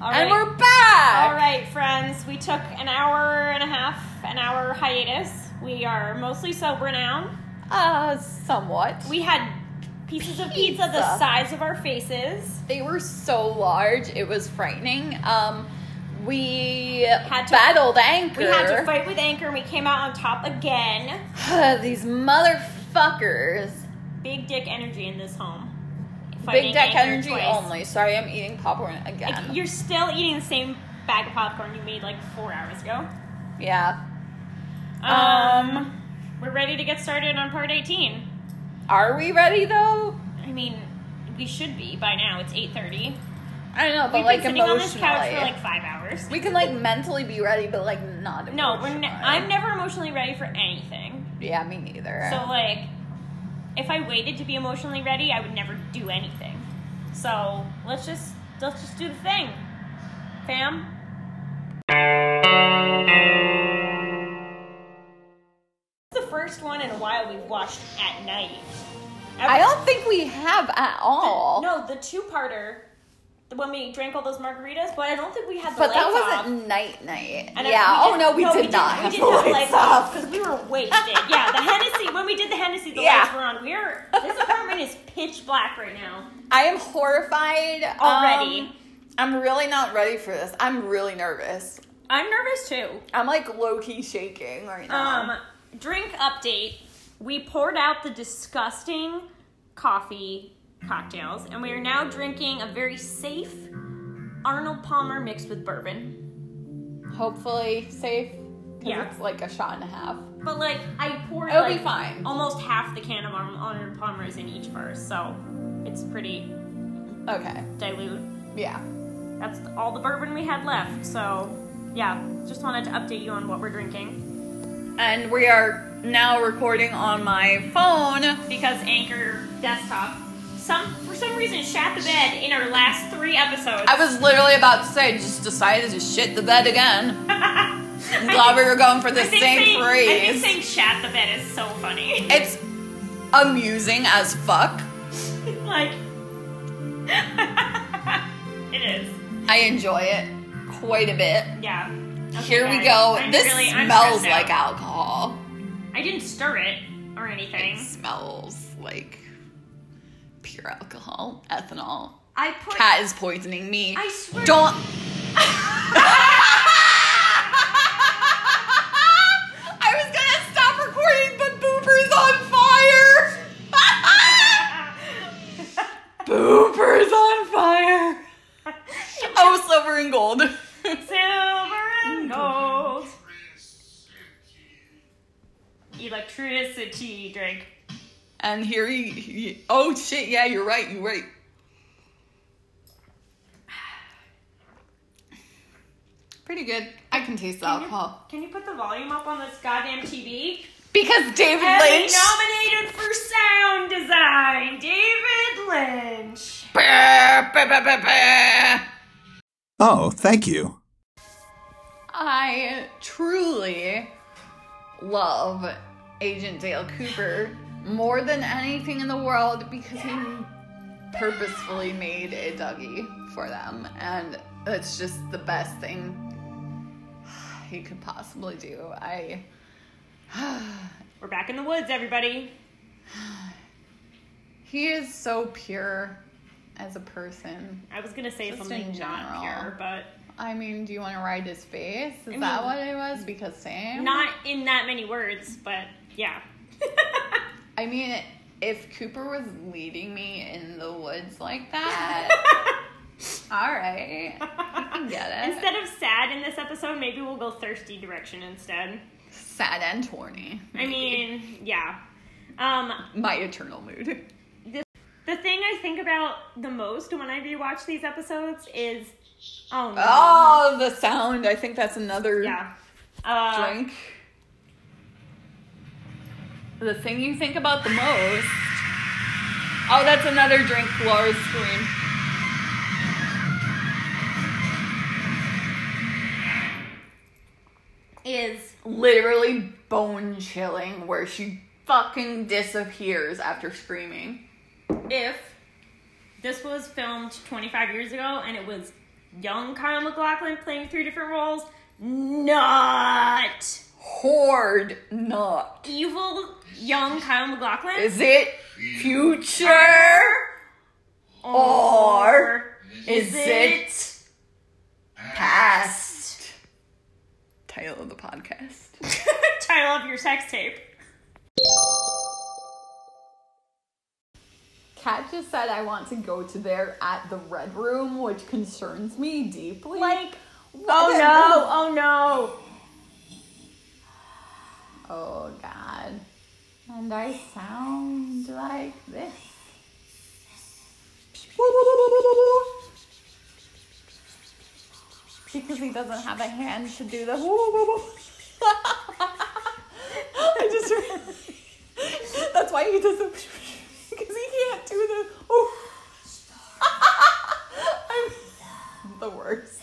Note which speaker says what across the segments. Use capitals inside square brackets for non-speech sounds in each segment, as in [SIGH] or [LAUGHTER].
Speaker 1: All right.
Speaker 2: and we're back.
Speaker 1: All right, friends. We took an hour and a half, an hour hiatus. We are mostly sober now.
Speaker 2: Uh, somewhat.
Speaker 1: We had pieces of pizza the
Speaker 2: Pizza.
Speaker 1: size of our faces.
Speaker 2: they were so large, it was frightening. Um, we
Speaker 1: Had to-
Speaker 2: battled anchor.
Speaker 1: We had to fight with Anchor and we came out on top again.
Speaker 2: [SIGHS] These motherfuckers.
Speaker 1: Big dick energy in this home.
Speaker 2: Big
Speaker 1: Fighting
Speaker 2: deck
Speaker 1: Anchor
Speaker 2: energy
Speaker 1: twice.
Speaker 2: only. Sorry, I'm eating popcorn
Speaker 1: Like,
Speaker 2: again.
Speaker 1: you're still eating the same bag of popcorn you made like four hours ago.
Speaker 2: yeah.
Speaker 1: Um,
Speaker 2: Um,
Speaker 1: we're ready to get started on part 18.
Speaker 2: Are we ready though?
Speaker 1: I mean, we should be by now. It's 8:30.
Speaker 2: I don't know, but
Speaker 1: We've
Speaker 2: like
Speaker 1: been sitting on this
Speaker 2: emotionally,
Speaker 1: couch for like five hours.
Speaker 2: we can like mentally be ready, but like not.
Speaker 1: No, we're. Ne-
Speaker 2: emotionally.
Speaker 1: I'm never emotionally ready for anything.
Speaker 2: Yeah, me neither.
Speaker 1: So like, if I waited to be emotionally ready, I would never do anything. So let's just let's just do the thing, fam. It's the first one in a while we've watched at night.
Speaker 2: I don't think we have at all.
Speaker 1: No, the two-parter. the- When we drank all those margaritas, but I don't think we had the
Speaker 2: but that
Speaker 1: lights off.
Speaker 2: wasn't night night.
Speaker 1: And I-
Speaker 2: yeah.
Speaker 1: we
Speaker 2: oh no, we did not.
Speaker 1: We
Speaker 2: have
Speaker 1: did
Speaker 2: the
Speaker 1: not
Speaker 2: lights
Speaker 1: lights off because we were wasted. Yeah, the Hennessy. When we did the Hennessy, the
Speaker 2: Yeah.
Speaker 1: lights were on. We're this apartment is pitch black right now.
Speaker 2: I am horrified um,
Speaker 1: Already.
Speaker 2: I'm really not ready for this. I'm really nervous.
Speaker 1: I'm nervous too.
Speaker 2: I'm like low key shaking right now.
Speaker 1: Um, drink update. We poured out the disgusting coffee cocktails, and we are now drinking a very safe Arnold Palmer mixed with bourbon.
Speaker 2: Hopefully safe. 'cause
Speaker 1: Yeah.
Speaker 2: It's like a shot and a half.
Speaker 1: But like, I poured
Speaker 2: It'll be
Speaker 1: like,
Speaker 2: fine.
Speaker 1: almost half the can of Arm- Arnold Palmer's in each verse, so it's pretty
Speaker 2: Okay.
Speaker 1: dilute.
Speaker 2: Yeah.
Speaker 1: That's all the bourbon we had left. So, yeah, just wanted to update you on what we're drinking
Speaker 2: And we are now recording on my phone.
Speaker 1: because Anchor Desktop, some for some reason, shat the bed in our last three episodes.
Speaker 2: I was literally about to say, just decided to shit the
Speaker 1: [LAUGHS]
Speaker 2: bed again. I'm glad we were going for the
Speaker 1: I think
Speaker 2: same
Speaker 1: saying, I think
Speaker 2: phrase.
Speaker 1: saying "shat the bed" is so funny. [LAUGHS]
Speaker 2: It's amusing as fuck.
Speaker 1: like, [LAUGHS] it is.
Speaker 2: I enjoy it quite a bit.
Speaker 1: Yeah. Okay,
Speaker 2: Here we
Speaker 1: guys,
Speaker 2: go.
Speaker 1: I'm
Speaker 2: this
Speaker 1: really- I'm
Speaker 2: smells
Speaker 1: stressed out.
Speaker 2: like alcohol.
Speaker 1: I didn't stir it or anything.
Speaker 2: It smells like pure alcohol, ethanol.
Speaker 1: I put.
Speaker 2: Cat is poisoning me.
Speaker 1: I swear- [LAUGHS]
Speaker 2: Don't. [LAUGHS] I was gonna stop recording, but Booper's on fire. [LAUGHS] Booper's on fire. Oh, silver and gold. [LAUGHS]
Speaker 1: Silver and gold. Electricity drink.
Speaker 2: and here he, he. Oh shit! Yeah, you're right. You're right. [SIGHS] Pretty good. I can taste the alcohol
Speaker 1: Can you put the volume up on this goddamn TV?
Speaker 2: because David
Speaker 1: And
Speaker 2: Lynch.
Speaker 1: nominated for sound design, David Lynch.
Speaker 2: Bah, bah, bah, bah, bah.
Speaker 3: Oh, thank you.
Speaker 2: I truly love Agent Dale Cooper more than anything in the world because he purposefully made a Dougie for them, and it's just the best thing he could possibly do. I [SIGHS]
Speaker 1: We're back in the woods, everybody.
Speaker 2: he is so pure as a person.
Speaker 1: I was gonna say
Speaker 2: Just
Speaker 1: something
Speaker 2: in
Speaker 1: not
Speaker 2: general.
Speaker 1: pure, but
Speaker 2: I mean, do you want to ride his face? Is
Speaker 1: mean,
Speaker 2: that what it was? Because Sam.
Speaker 1: not in that many words. But
Speaker 2: [LAUGHS]
Speaker 1: yeah.
Speaker 2: I mean, if Cooper was leading me in the woods like that,
Speaker 1: [LAUGHS]
Speaker 2: all right. get it.
Speaker 1: Instead of sad in this episode, maybe we'll go thirsty direction instead.
Speaker 2: Sad and horny.
Speaker 1: I mean, yeah. Um,
Speaker 2: my eternal mood.
Speaker 1: the thing I think about the most when I rewatch these episodes is, oh no,
Speaker 2: Oh, the sound. I think that's another
Speaker 1: yeah, uh,
Speaker 2: drink. The thing you think about the most. Oh, that's another drink, Laura's scream.
Speaker 1: is
Speaker 2: Literally bone chilling, where she fucking disappears after screaming.
Speaker 1: if this was filmed 25 years ago and it was young Kyle McLaughlin playing three different roles. Not
Speaker 2: Horde not.
Speaker 1: evil young Kyle McLaughlin.
Speaker 2: Is it future?
Speaker 1: [LAUGHS]
Speaker 2: or Is it past? Title of the podcast.
Speaker 1: title of your sex tape?
Speaker 2: Kat just said I want to go to there at the Red Room, which concerns me deeply.
Speaker 1: Like, oh no, oh no.
Speaker 2: Oh god. And I sound like this. Because he doesn't have a hand to do the. I just. remember- [LAUGHS] That's why he doesn't. Because he can't do the. [LAUGHS] I'm the worst.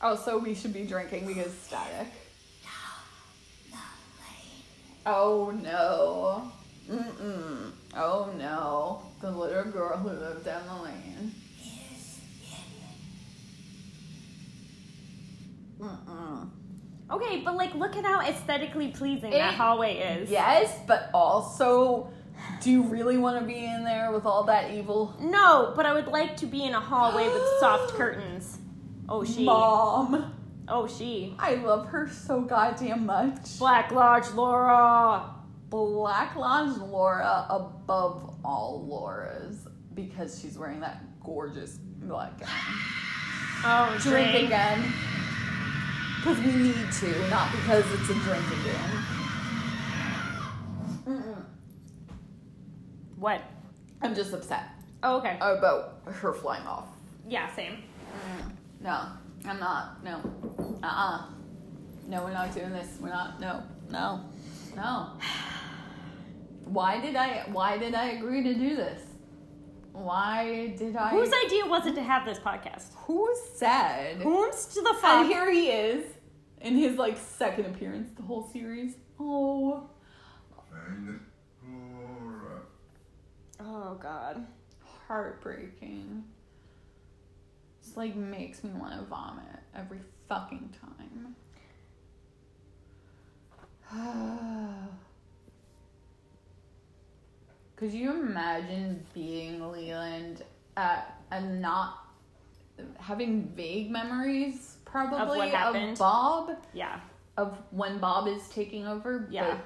Speaker 2: Oh, so we should be drinking because static. Oh no. Mm-mm. Oh no. The little girl who lived down the lane. Mm-mm.
Speaker 1: Okay, but like, look at how aesthetically pleasing
Speaker 2: It-
Speaker 1: that hallway is.
Speaker 2: Yes, but also, do you really want to be in there with all that evil?
Speaker 1: No, but I would like to be in a hallway with
Speaker 2: [GASPS]
Speaker 1: soft curtains. Oh she.
Speaker 2: Mom.
Speaker 1: Oh she.
Speaker 2: I love her so goddamn much.
Speaker 1: Black Lodge Laura.
Speaker 2: Black Lodge Laura above all Laura's because she's wearing that gorgeous black gown.
Speaker 1: Oh,
Speaker 2: drink
Speaker 1: dang.
Speaker 2: again. Because we need to, not because it's a drink again. Mm-mm.
Speaker 1: What?
Speaker 2: I'm just upset
Speaker 1: Oh, okay.
Speaker 2: about her flying off.
Speaker 1: yeah, same.
Speaker 2: No, I'm not. No. Uh uh No, we're not doing this. We're not. No. No. No. Why did I? Why did I agree to do this? Why did I?
Speaker 1: Whose idea was it to have this podcast?
Speaker 2: Who said?
Speaker 1: Whom's to the fuck?
Speaker 2: And here he is in his like second appearance the whole series. Oh,
Speaker 4: And Laura.
Speaker 1: Oh god.
Speaker 2: heartbreaking. Just like makes me want to vomit every fucking time. [SIGHS] Could you imagine being Leland at, and not having vague memories probably
Speaker 1: happened?
Speaker 2: Bob?
Speaker 1: Yeah.
Speaker 2: of when Bob is taking over,
Speaker 1: Yeah.
Speaker 2: but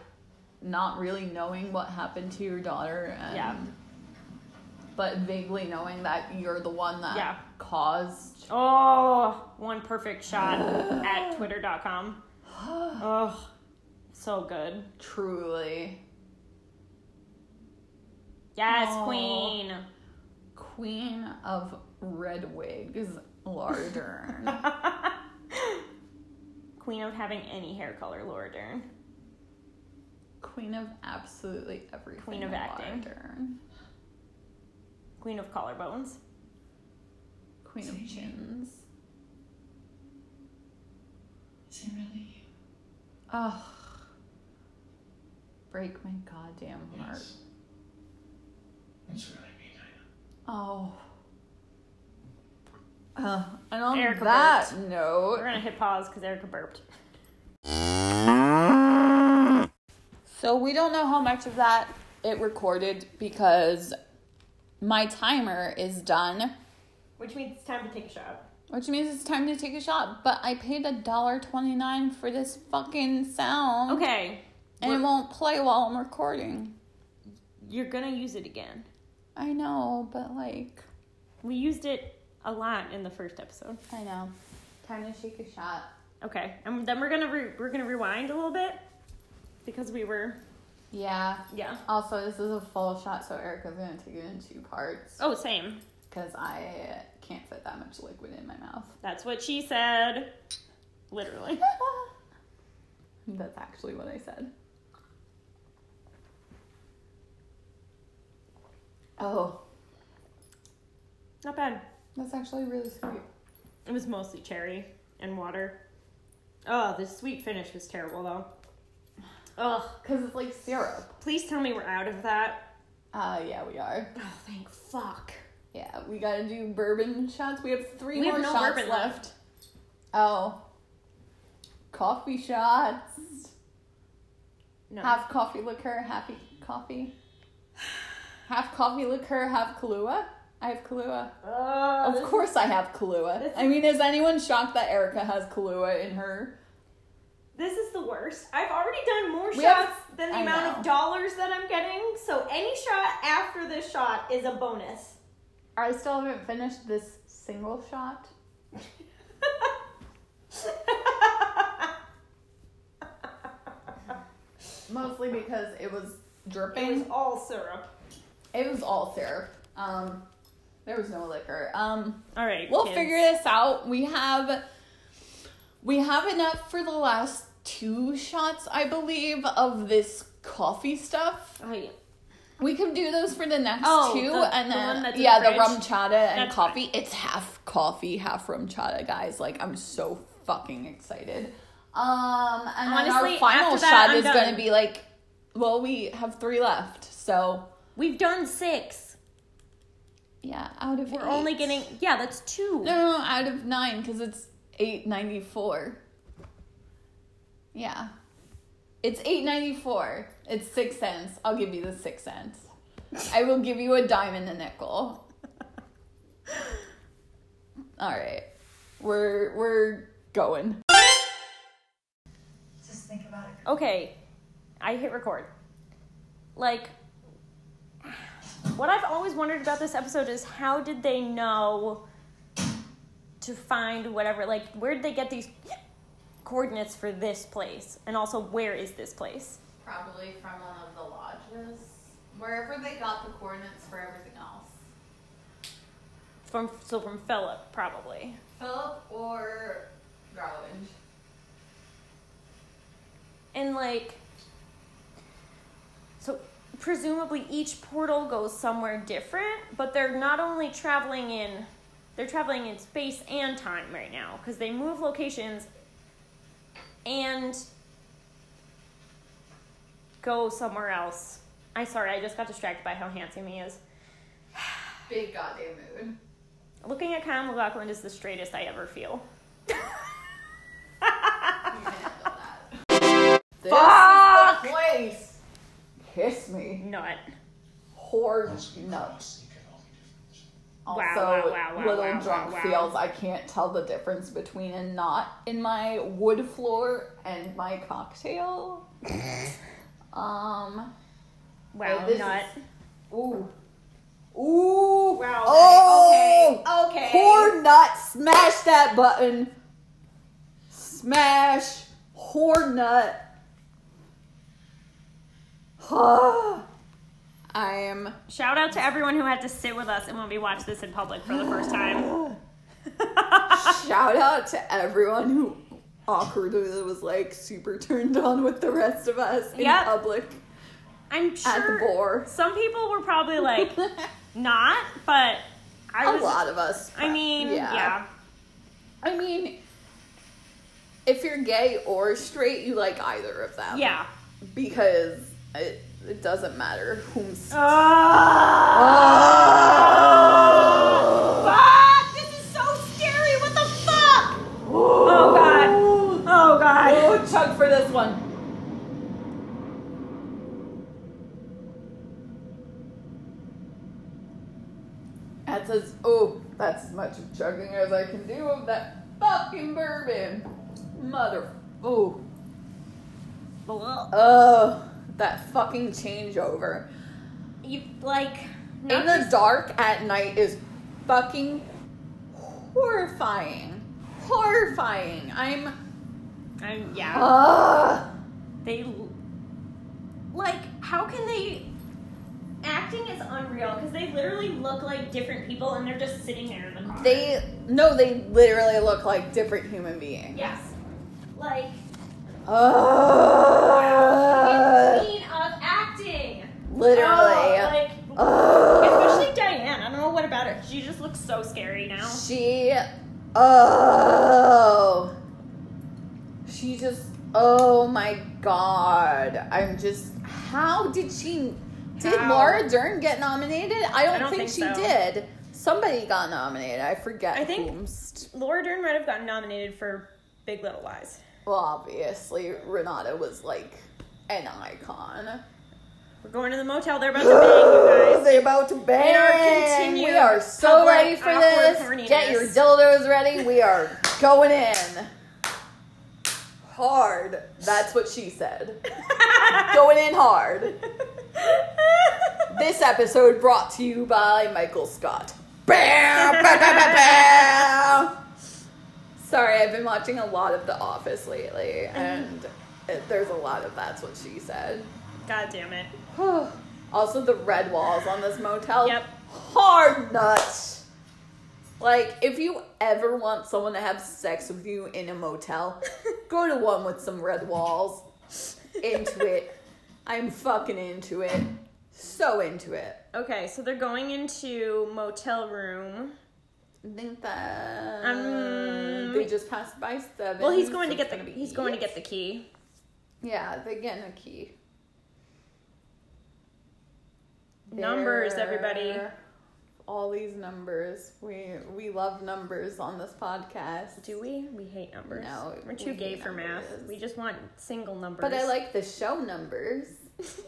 Speaker 2: not really knowing what happened to your daughter, and,
Speaker 1: Yeah.
Speaker 2: but vaguely knowing that you're the one that
Speaker 1: Yeah.
Speaker 2: caused.
Speaker 1: Oh, one perfect
Speaker 2: [GASPS]
Speaker 1: shot at
Speaker 2: [SIGHS]
Speaker 1: twitter.com. Oh, so good.
Speaker 2: Truly,
Speaker 1: Yes,
Speaker 2: Aw.
Speaker 1: queen.
Speaker 2: queen of red wigs, Laura Dern.
Speaker 1: [LAUGHS] Queen of having any hair color, Laura Dern.
Speaker 2: queen of absolutely everything.
Speaker 1: Queen of acting.
Speaker 2: Laura Dern.
Speaker 1: Queen of collarbones.
Speaker 2: Queen of chins.
Speaker 5: Is it really you?
Speaker 2: Ugh. Break my goddamn heart.
Speaker 5: Yes. It's really me, Dinah.
Speaker 2: Oh. Uh, and on
Speaker 1: Erica
Speaker 2: that
Speaker 1: burped.
Speaker 2: note,
Speaker 1: We're gonna hit pause because Erica burped.
Speaker 2: So we don't know how much of that it recorded because my timer is done,
Speaker 1: Which means it's time to take a shot.
Speaker 2: which means it's time to take a shot. But I paid a dollar twenty nine for this fucking sound,
Speaker 1: Okay,
Speaker 2: and it won't play while I'm recording.
Speaker 1: you're gonna use it again.
Speaker 2: I know, but like,
Speaker 1: We used it a lot in the first episode.
Speaker 2: I know. Time to shake a shot.
Speaker 1: Okay, and then we're gonna re- we're gonna rewind a little bit because we were
Speaker 2: Yeah.
Speaker 1: yeah.
Speaker 2: Also, this is a full shot, so Erica's gonna take it in two parts
Speaker 1: Oh, same.
Speaker 2: because I can't fit that much liquid in my mouth. [LAUGHS]
Speaker 1: That's what she said. Literally.
Speaker 2: That's actually what I said. Oh,
Speaker 1: Not bad.
Speaker 2: that's actually really sweet.
Speaker 1: It was mostly cherry and water. Oh, the sweet finish was terrible though. Ugh.
Speaker 2: Because it's like syrup.
Speaker 1: Please tell me we're out of that.
Speaker 2: Uh, yeah, we are.
Speaker 1: Oh, thank fuck.
Speaker 2: Yeah, we gotta do bourbon shots. We have three
Speaker 1: We have
Speaker 2: more
Speaker 1: no
Speaker 2: shots
Speaker 1: bourbon
Speaker 2: left. Oh. Coffee shots.
Speaker 1: No.
Speaker 2: Half coffee liqueur, half coffee. Half coffee liqueur, half Kahlua. I have Kahlua.
Speaker 1: Oh,
Speaker 2: Of course I have Kahlua. I mean, is anyone shocked that Erica has Kahlua in her?
Speaker 1: This is the worst. I've already done more
Speaker 2: We have-
Speaker 1: shots than the
Speaker 2: I
Speaker 1: amount
Speaker 2: know.
Speaker 1: of dollars that I'm getting, so any shot after this shot is a bonus. [LAUGHS]
Speaker 2: I still haven't finished this single shot. Mostly because it was dripping.
Speaker 1: it was all syrup.
Speaker 2: It was all syrup. Um, there was no liquor. Um,
Speaker 1: All right.
Speaker 2: we'll figure this out. We have we have enough for the last two shots, I believe, of this coffee stuff.
Speaker 1: Oh, yeah.
Speaker 2: We can do those for the next
Speaker 1: Oh,
Speaker 2: two,
Speaker 1: the-
Speaker 2: and
Speaker 1: the
Speaker 2: then
Speaker 1: one that's in
Speaker 2: yeah,
Speaker 1: the
Speaker 2: the
Speaker 1: fridge?
Speaker 2: rum chata and
Speaker 1: That's
Speaker 2: coffee. It's half coffee, half rum chata, guys. Like I'm so fucking excited. Um, and then
Speaker 1: Honestly,
Speaker 2: our final
Speaker 1: after that,
Speaker 2: shot
Speaker 1: I'm
Speaker 2: is
Speaker 1: done.
Speaker 2: gonna be like, well, we have three left, so
Speaker 1: We've done six.
Speaker 2: yeah, out of
Speaker 1: We're only
Speaker 2: eight.
Speaker 1: getting yeah, that's two.
Speaker 2: No, no, no, out of nine because it's eight ninety four. Yeah, it's eight ninety four. It's six cents. I'll give you the six cents. I will give you a dime and a nickel. All right, we're we're going.
Speaker 5: Just think about it.
Speaker 1: Okay, I hit record. Like, what I've always wondered about this episode is how did they know to find whatever? Like, where did they get these coordinates for this place? And also, where is this place?
Speaker 2: Probably from one of the lodges, wherever they got the coordinates for everything else.
Speaker 1: From so from Philip, probably.
Speaker 2: Philip or Garland.
Speaker 1: And like, so presumably each portal goes somewhere different, but they're not only traveling in, they're traveling in space and time right now because they move locations and go somewhere else. I sorry, I just got distracted by how handsome he is.
Speaker 2: Big goddamn mood.
Speaker 1: Looking at Kyle McLaughlin is the straightest I ever feel.
Speaker 2: This Fuck! place. Kiss me.
Speaker 1: Nut.
Speaker 2: Whore nuts. Also,
Speaker 1: wow, wow, wow,
Speaker 2: little
Speaker 1: wow,
Speaker 2: drunk
Speaker 1: wow, wow.
Speaker 2: feels I can't tell the difference between a knot in my wood floor and my
Speaker 1: [LAUGHS]
Speaker 2: cocktail. um.
Speaker 1: Wow,
Speaker 2: Oh, this
Speaker 1: nut.
Speaker 2: is- Ooh. Ooh.
Speaker 1: Wow, okay,
Speaker 2: Oh.
Speaker 1: okay, okay.
Speaker 2: Whore nut. Smash that button. Smash. Whore nut. [SIGHS] I am.
Speaker 1: Shout out to everyone who had to sit with us and when we watched this in public for the first time.
Speaker 2: Shout out to everyone who awkwardly was like super turned on with the rest of us in
Speaker 1: Yep.
Speaker 2: public
Speaker 1: I'm
Speaker 2: at
Speaker 1: sure
Speaker 2: the bar.
Speaker 1: some people were probably like
Speaker 2: [LAUGHS]
Speaker 1: not, but I
Speaker 2: A
Speaker 1: was.
Speaker 2: lot of us.
Speaker 1: I mean, yeah.
Speaker 2: I mean, if you're gay or straight, you like either of them.
Speaker 1: yeah.
Speaker 2: Because it, it doesn't matter whom's.
Speaker 1: Oh, Ah. Fuck! This is so scary. What the fuck? Oh god. Oh god.
Speaker 2: Oh, chug for this one. That's as oh, that's as much of chugging as I can do of that fucking bourbon, mother. Oh,
Speaker 1: Well,
Speaker 2: oh, that fucking changeover.
Speaker 1: You like
Speaker 2: In
Speaker 1: not
Speaker 2: the
Speaker 1: just-
Speaker 2: dark at night is fucking horrifying. Horrifying. I'm.
Speaker 1: I'm, yeah.
Speaker 2: Ugh.
Speaker 1: they like how can they acting is unreal because they literally look like different people and they're just sitting there in the car
Speaker 2: They no, they literally look like different human beings.
Speaker 1: yes like
Speaker 2: Ugh.
Speaker 1: queen of acting
Speaker 2: Uh. literally.
Speaker 1: Oh, like
Speaker 2: Ugh.
Speaker 1: especially diane i don't know what about her she just looks so scary now
Speaker 2: she. Oh. She just. Oh my god. I'm just. How did she? Did
Speaker 1: How?
Speaker 2: Laura Dern get nominated? I don't,
Speaker 1: don't
Speaker 2: think,
Speaker 1: think so.
Speaker 2: she did. Somebody got nominated. I forget.
Speaker 1: I think-
Speaker 2: whomst.
Speaker 1: Laura Dern might have gotten nominated for Big Little Lies.
Speaker 2: Well, obviously, Renata was like an icon.
Speaker 1: We're going to the motel. They're about to bang, you guys.
Speaker 2: They about to bang.
Speaker 1: continued
Speaker 2: we are so
Speaker 1: public
Speaker 2: ready for
Speaker 1: awkward
Speaker 2: this.
Speaker 1: horniness.
Speaker 2: Get your dildos ready. We are going in hard. That's what
Speaker 1: [LAUGHS]
Speaker 2: she said. going in hard. This episode brought to you by Michael Scott. Bam, bam, bam,
Speaker 1: [LAUGHS]
Speaker 2: bam, bam. Sorry, I've been watching a lot of The Office lately, and it, there's a lot of that's what she said.
Speaker 1: God damn it.
Speaker 2: [SIGHS] also, the red walls on this motel.
Speaker 1: Yep.
Speaker 2: Hard nuts. Like, if you ever want someone to have sex with you in a motel,
Speaker 1: [LAUGHS]
Speaker 2: go to one with some red walls.
Speaker 1: [LAUGHS]
Speaker 2: Into it. I'm fucking into it. So into it.
Speaker 1: Okay, so they're going into motel room.
Speaker 2: I think that
Speaker 1: Um,
Speaker 2: they just passed by seven.
Speaker 1: Well, he's going
Speaker 2: so
Speaker 1: to get
Speaker 2: it's
Speaker 1: the
Speaker 2: gonna be
Speaker 1: he's going to
Speaker 2: eight.
Speaker 1: get the key.
Speaker 2: Yeah, they get a key.
Speaker 1: Numbers, everybody.
Speaker 2: They're- All these numbers. We we love numbers on this podcast.
Speaker 1: Do we? We hate numbers.
Speaker 2: No,
Speaker 1: we're too
Speaker 2: we
Speaker 1: gay
Speaker 2: hate
Speaker 1: for math.
Speaker 2: numbers.
Speaker 1: We just want single numbers.
Speaker 2: But I like the show numbers.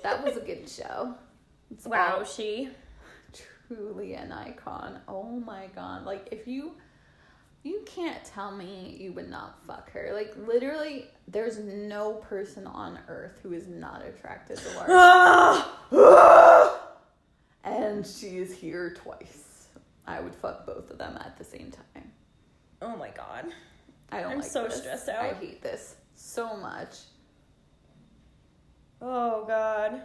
Speaker 2: That was a good show. It's
Speaker 1: Wow,
Speaker 2: all
Speaker 1: she.
Speaker 2: truly an icon. Oh my god. Like if you you can't tell me you would not fuck her. Like literally there's no person on earth who is not attracted to Laura.
Speaker 1: [GASPS]
Speaker 2: and she is here twice. I would fuck both of them at the same time.
Speaker 1: Oh my god.
Speaker 2: I don't
Speaker 1: I'm
Speaker 2: like
Speaker 1: so
Speaker 2: this.
Speaker 1: stressed
Speaker 2: I
Speaker 1: out.
Speaker 2: hate this so much.
Speaker 1: Oh god.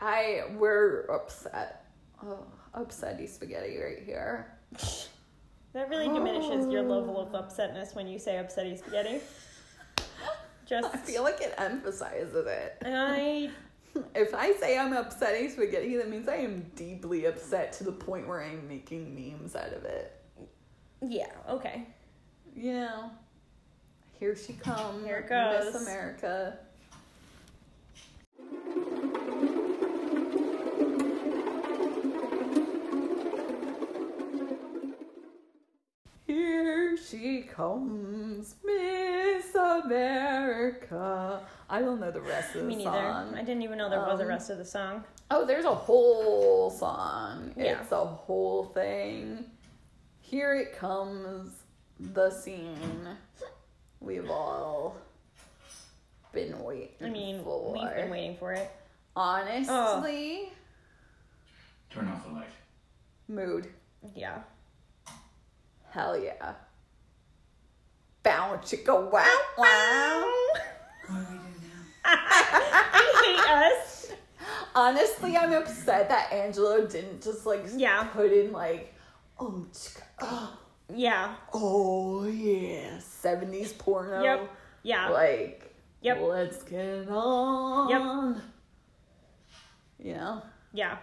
Speaker 2: I we're upset. Oh, upsetty spaghetti right here.
Speaker 1: That really diminishes your level of upsetness when you say upsetty
Speaker 2: [LAUGHS]
Speaker 1: spaghetti. Just
Speaker 2: I feel like it emphasizes it.
Speaker 1: I
Speaker 2: If I say I'm upsetting spaghetti, that means I am deeply upset to the point where I'm making memes out of it.
Speaker 1: yeah, okay.
Speaker 2: You know,
Speaker 1: [LAUGHS]
Speaker 2: here she comes,
Speaker 1: Here it
Speaker 2: Miss
Speaker 1: goes.
Speaker 2: America. Here she comes, Miss America. I don't know the rest of the
Speaker 1: Me neither.
Speaker 2: song.
Speaker 1: I didn't even know there was a
Speaker 2: Um,
Speaker 1: rest of the song.
Speaker 2: Oh, there's a whole song.
Speaker 1: Yeah.
Speaker 2: It's a whole thing. Here it comes the scene we've all been waiting
Speaker 1: I mean,
Speaker 2: for.
Speaker 1: we've been Oh. waiting for it.
Speaker 2: Honestly,
Speaker 5: Turn off the light.
Speaker 2: mood.
Speaker 1: Yeah.
Speaker 2: Hell yeah. Bow chicka wow wow.
Speaker 1: [LAUGHS] I hate us.
Speaker 2: Honestly, I'm upset that Angelo didn't just like
Speaker 1: Yeah.
Speaker 2: put in like, oh, chicka, oh,
Speaker 1: Yeah.
Speaker 2: oh yeah, 70s porno.
Speaker 1: Yep. Yeah.
Speaker 2: like
Speaker 1: Yep.
Speaker 2: let's get it on you know
Speaker 1: Yeah.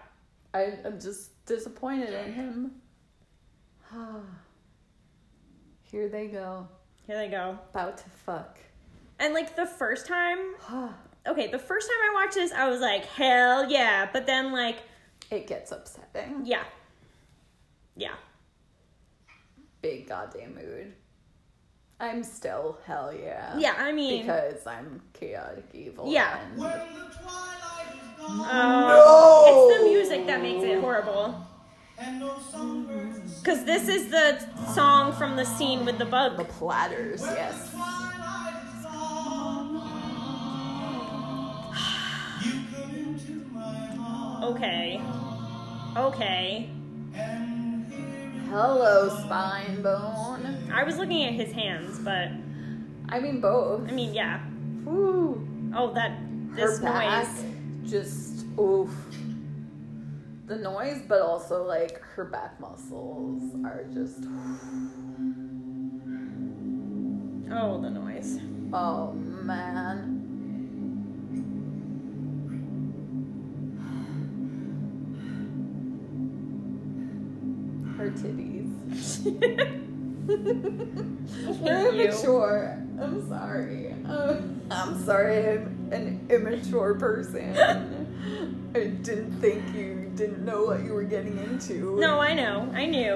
Speaker 2: I, i'm just disappointed in him [SIGHS] here they go
Speaker 1: Here they go.
Speaker 2: about to fuck
Speaker 1: And like the first time,
Speaker 2: [GASPS]
Speaker 1: okay, the first time I watched this, I was like, hell yeah. But then, like,
Speaker 2: it gets upsetting
Speaker 1: yeah. Yeah.
Speaker 2: big goddamn mood i'm still hell yeah
Speaker 1: Yeah, I mean,
Speaker 2: because i'm chaotic evil
Speaker 1: Yeah.
Speaker 2: and-
Speaker 1: oh, it's the music that makes it horrible. Because this is the song from the scene with the
Speaker 2: the
Speaker 1: bug.
Speaker 2: platters yes
Speaker 1: Okay. Okay.
Speaker 2: hello spine bone
Speaker 1: I was looking at his hands, but
Speaker 2: i mean both
Speaker 1: I mean, yeah.
Speaker 2: Whew.
Speaker 1: Oh, that
Speaker 2: her
Speaker 1: this
Speaker 2: back
Speaker 1: noise.
Speaker 2: just oof the noise but also like her back muscles are just
Speaker 1: Oh, the noise.
Speaker 2: oh man her [LAUGHS] titties we're
Speaker 1: you.
Speaker 2: immature i'm Uh, [LAUGHS] sorry Um, i'm sorry i'm an immature person I didn't think you didn't know what you were getting into.
Speaker 1: No, I know. I knew.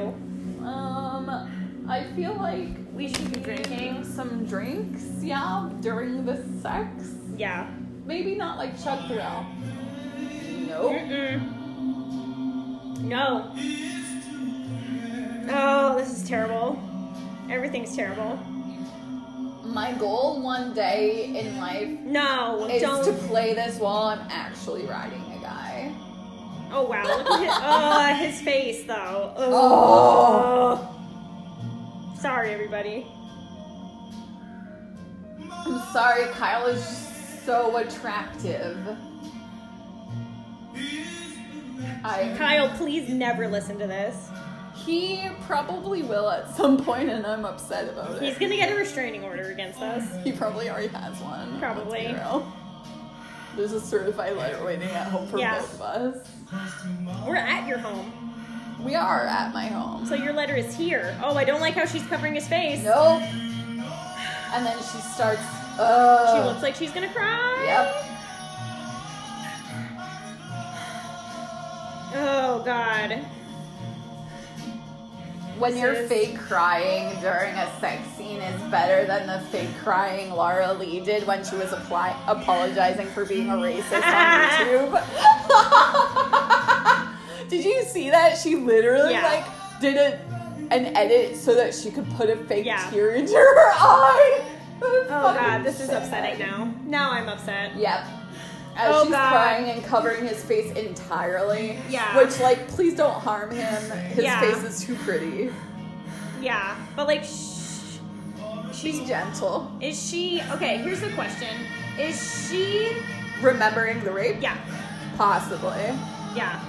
Speaker 2: Um, I feel like
Speaker 1: We should be drinking.
Speaker 2: some drinks, yeah, during the sex.
Speaker 1: Yeah.
Speaker 2: Maybe not like chug throughout. Nope.
Speaker 1: Mm-mm. No. Oh, this is terrible. Everything's terrible.
Speaker 2: My goal one day in life
Speaker 1: No,
Speaker 2: is
Speaker 1: don't.
Speaker 2: to play this while I'm actually riding a guy.
Speaker 1: Oh wow, look at his, oh, his face
Speaker 2: [LAUGHS]
Speaker 1: though.
Speaker 2: Oh.
Speaker 1: Oh. Sorry, everybody.
Speaker 2: I'm sorry, Kyle is just so attractive. I
Speaker 1: Kyle, please never listen to this.
Speaker 2: He probably will at some point, and I'm upset about
Speaker 1: He's
Speaker 2: it.
Speaker 1: gonna get a restraining order against us.
Speaker 2: He probably already has one.
Speaker 1: Probably.
Speaker 2: Let's be real. There's a certified letter waiting at home for
Speaker 1: Yeah.
Speaker 2: both of us.
Speaker 1: We're at your home,
Speaker 2: We are at my home.
Speaker 1: so your letter is here. Oh, I don't like how she's covering his face.
Speaker 2: Nope. And then she starts.
Speaker 1: She
Speaker 2: Uh,
Speaker 1: looks like she's gonna cry.
Speaker 2: Yep.
Speaker 1: Oh god.
Speaker 2: When
Speaker 1: This
Speaker 2: your
Speaker 1: is-
Speaker 2: fake crying during a sex scene is better than the fake crying Laura Lee did when she was apply- apologizing for being a
Speaker 1: [LAUGHS]
Speaker 2: racist on YouTube. [LAUGHS] did you see that? She literally
Speaker 1: Yeah.
Speaker 2: like did a, an edit so that she could put a fake
Speaker 1: Yeah.
Speaker 2: tear into her [LAUGHS] eye. Oh
Speaker 1: Oh god, this is upsetting now. Now I'm upset.
Speaker 2: Yep. As
Speaker 1: Oh,
Speaker 2: she's
Speaker 1: God.
Speaker 2: crying and covering his face entirely.
Speaker 1: Yeah.
Speaker 2: Which, like, please don't harm him. His
Speaker 1: Yeah.
Speaker 2: face is too pretty.
Speaker 1: Yeah, but like, shh.
Speaker 2: She's gentle.
Speaker 1: Is she okay? Here's the question: Is she?
Speaker 2: Remembering the rape?
Speaker 1: Yeah,
Speaker 2: Possibly.
Speaker 1: yeah,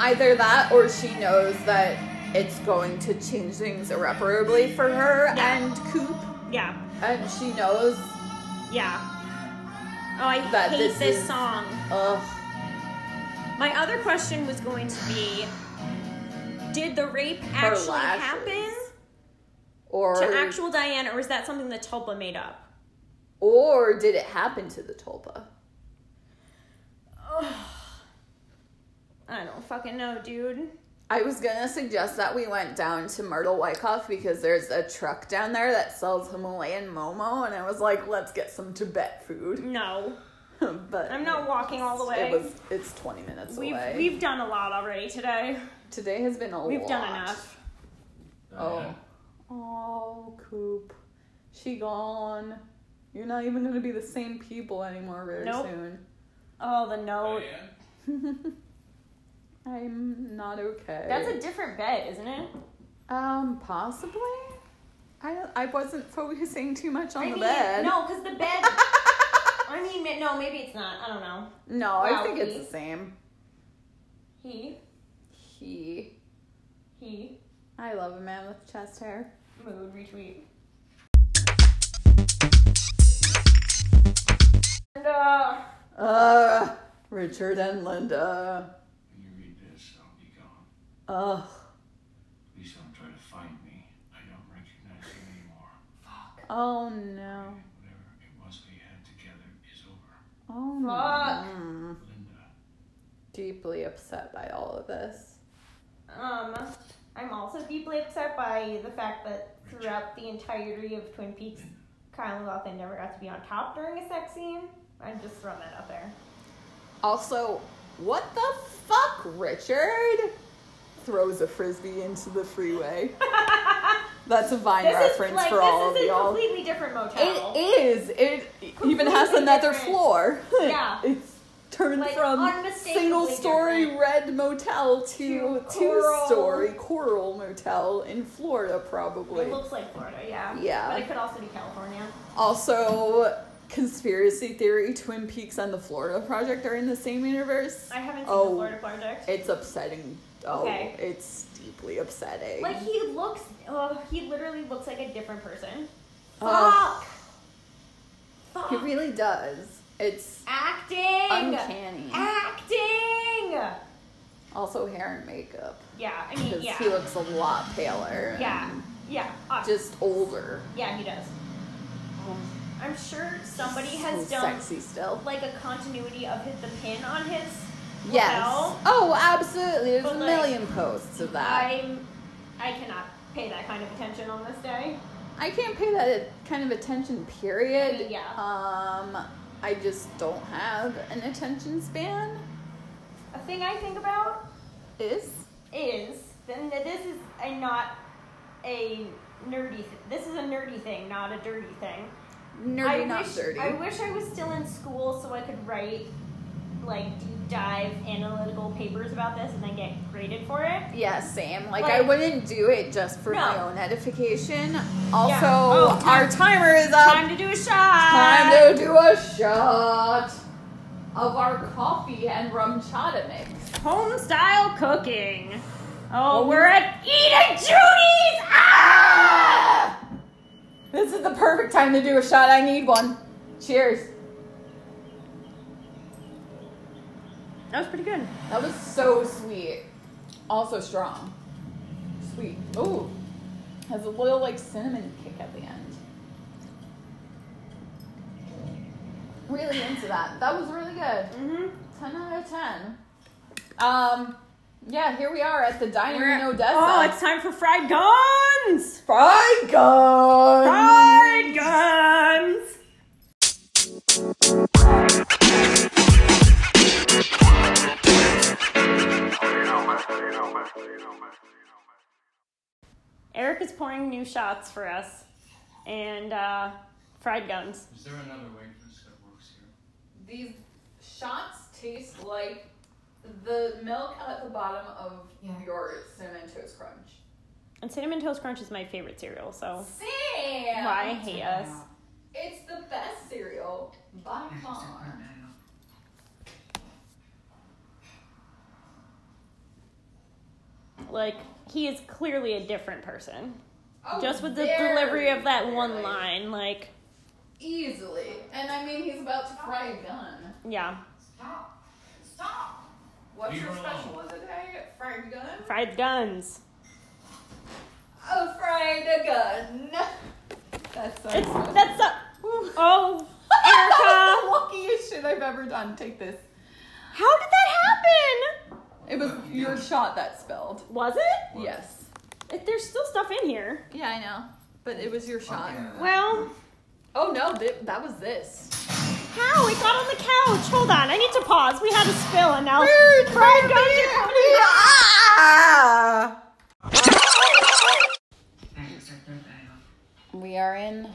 Speaker 2: Either that or she knows that it's going to change things irreparably for her
Speaker 1: Yeah.
Speaker 2: and Coop.
Speaker 1: yeah,
Speaker 2: And she knows,
Speaker 1: yeah. Oh, I
Speaker 2: That
Speaker 1: hate
Speaker 2: this
Speaker 1: this,
Speaker 2: is-
Speaker 1: song.
Speaker 2: ugh.
Speaker 1: My other question was going to be: Did the rape actually
Speaker 2: lashes.
Speaker 1: happen
Speaker 2: Or,
Speaker 1: to actual Diane, or is that something that Tulpa made up?
Speaker 2: or did it happen to the Tulpa?
Speaker 1: I don't fucking know, dude.
Speaker 2: I was gonna suggest that we went down to Myrtle Wyckoff because there's a truck down there that sells Himalayan Momo, and I was like, let's get some Tibet food. [LAUGHS]
Speaker 1: No,
Speaker 2: but
Speaker 1: I'm not walking all the way.
Speaker 2: It was. It's 20 minutes
Speaker 1: we've
Speaker 2: away.
Speaker 1: we've done a lot already today.
Speaker 2: Today has been a
Speaker 1: We've
Speaker 2: lot.
Speaker 1: done enough.
Speaker 2: Oh. Oh, Coop, she gone. You're not even gonna be the same people anymore very
Speaker 1: Nope.
Speaker 2: soon. [LAUGHS]
Speaker 1: Oh, the note.
Speaker 5: Diane?
Speaker 2: I'm not okay.
Speaker 1: That's a different bed, isn't it?
Speaker 2: um possibly. I I wasn't focusing too much on
Speaker 1: I
Speaker 2: the
Speaker 1: mean,
Speaker 2: bed.
Speaker 1: No, because the
Speaker 2: [LAUGHS]
Speaker 1: bed. I mean, ma- no, maybe it's not. I don't know.
Speaker 2: No, I
Speaker 1: Wow,
Speaker 2: think it's
Speaker 1: he-
Speaker 2: the same.
Speaker 1: He,
Speaker 2: He.
Speaker 1: he,
Speaker 2: I love a man with chest hair.
Speaker 1: mood, retweet. And, uh,
Speaker 2: Ugh. Richard and Linda.
Speaker 5: When you read this, I'll be gone.
Speaker 2: Ugh.
Speaker 5: Please don't try to find me. I don't recognize you anymore.
Speaker 2: Oh no.
Speaker 5: Whatever it was we had together is over.
Speaker 2: Oh no.
Speaker 1: Fuck.
Speaker 2: Mm.
Speaker 5: Linda,
Speaker 2: Deeply upset by all of this.
Speaker 1: um, I'm also deeply upset by the fact that throughout the entirety of Twin Peaks, Kyle and Lachlan never got to be on top during a sex scene. I'm just throwing that out there.
Speaker 2: Also, what the fuck, Richard? Throws a frisbee into
Speaker 1: [LAUGHS]
Speaker 2: the freeway. That's a Vine
Speaker 1: This
Speaker 2: reference
Speaker 1: is like
Speaker 2: for
Speaker 1: this
Speaker 2: all of
Speaker 1: is a
Speaker 2: y'all.
Speaker 1: completely different motel.
Speaker 2: It is. It even has
Speaker 1: Completely
Speaker 2: another
Speaker 1: different.
Speaker 2: floor. [LAUGHS]
Speaker 1: Yeah.
Speaker 2: it's turned
Speaker 1: Like,
Speaker 2: from
Speaker 1: unmistakably
Speaker 2: single story
Speaker 1: different.
Speaker 2: red motel to
Speaker 1: To
Speaker 2: two
Speaker 1: coral.
Speaker 2: story coral motel in Florida, probably.
Speaker 1: It looks like Florida, yeah.
Speaker 2: Yeah.
Speaker 1: But it could also be California.
Speaker 2: Also, conspiracy theory Twin Peaks and the Florida Project are in the same universe.
Speaker 1: I haven't seen
Speaker 2: Oh.
Speaker 1: the Florida Project.
Speaker 2: It's upsetting. Oh,
Speaker 1: Okay.
Speaker 2: it's deeply upsetting.
Speaker 1: like he looks, oh, he literally looks like a different person.
Speaker 2: Oh.
Speaker 1: Fuck.
Speaker 2: He
Speaker 1: Fuck.
Speaker 2: really does. It's
Speaker 1: Acting.
Speaker 2: uncanny.
Speaker 1: Acting.
Speaker 2: Also, hair and makeup.
Speaker 1: Yeah, I mean,
Speaker 2: Because
Speaker 1: yeah, uh,
Speaker 2: he looks a lot paler. and
Speaker 1: yeah, yeah. Awesome.
Speaker 2: Just older.
Speaker 1: yeah, he does. I'm sure somebody
Speaker 2: Oh. So
Speaker 1: has done
Speaker 2: sexy still.
Speaker 1: like a continuity of his, the pin on his.
Speaker 2: Yes.
Speaker 1: lapel.
Speaker 2: Oh, absolutely. There's
Speaker 1: But,
Speaker 2: a
Speaker 1: like,
Speaker 2: million posts of that.
Speaker 1: I'm. I cannot pay that kind of attention on this day.
Speaker 2: I can't pay that kind of attention, period.
Speaker 1: Uh, Yeah.
Speaker 2: Um, I just don't have an attention span.
Speaker 1: A thing I think about
Speaker 2: Is
Speaker 1: is then that this is a not a nerdy. Th- this is a nerdy thing, not a dirty thing.
Speaker 2: nerdy,
Speaker 1: I
Speaker 2: not
Speaker 1: wish,
Speaker 2: dirty.
Speaker 1: I wish I was still in school so I could write like deep dive analytical papers about this and then get graded for it.
Speaker 2: yeah, same. Like,
Speaker 1: Like-
Speaker 2: I wouldn't do it just for my
Speaker 1: No.
Speaker 2: own edification. Also,
Speaker 1: Oh, time-
Speaker 2: our timer is up.
Speaker 1: Time to do a shot.
Speaker 2: Time to do a shot of our coffee and rum chata mix.
Speaker 1: home style cooking. Oh,
Speaker 2: Home-
Speaker 1: we're at Eat Judy's. Ah!
Speaker 2: This is the perfect time to do a shot. I need one. Cheers.
Speaker 1: That was pretty good.
Speaker 2: That was so sweet. Also strong. Sweet. Ooh. Has a little like cinnamon kick at the end. Really into that. That was really good.
Speaker 1: Mm-hmm.
Speaker 2: 10 out of 10. Um, yeah, here we are at the diner in Odessa.
Speaker 1: Oh, it's time for fried guns.
Speaker 2: fried guns.
Speaker 1: Fried guns. Eric is pouring new shots for us, and uh, fried guns.
Speaker 5: Is there another waitress that works here?
Speaker 2: These shots taste like the milk at the bottom of your cinnamon toast crunch.
Speaker 1: And cinnamon toast crunch is my favorite cereal, so
Speaker 2: Sam!
Speaker 1: why hate us?
Speaker 2: It's the best cereal by far.
Speaker 1: Like he is clearly a different person.
Speaker 2: Oh,
Speaker 1: Just with the
Speaker 2: very
Speaker 1: delivery of that one
Speaker 2: clearly.
Speaker 1: line, like
Speaker 2: Easily. And I mean, he's about to fry a gun.
Speaker 1: yeah,
Speaker 2: Stop. Stop. What's
Speaker 5: Leave
Speaker 2: your
Speaker 5: her alone.
Speaker 2: special of the day? Fried gun?
Speaker 1: fried guns.
Speaker 2: Oh, fried a gun. [LAUGHS] That's so
Speaker 1: It's
Speaker 2: funny.
Speaker 1: that's a oh
Speaker 2: [LAUGHS] that
Speaker 1: Erica,
Speaker 2: was the luckiest shit I've ever done. Take this.
Speaker 1: how did that happen?
Speaker 2: It was your shot that spilled.
Speaker 1: Was it?
Speaker 2: Yes.
Speaker 1: If There's still stuff in here.
Speaker 2: Yeah, I know. But it was your
Speaker 5: Oh,
Speaker 2: shot.
Speaker 1: Well,
Speaker 2: Oh no, th- that was this.
Speaker 1: how it got on the couch? Hold on, I need to pause. We had a spill, and now fried guns are coming.
Speaker 2: We are in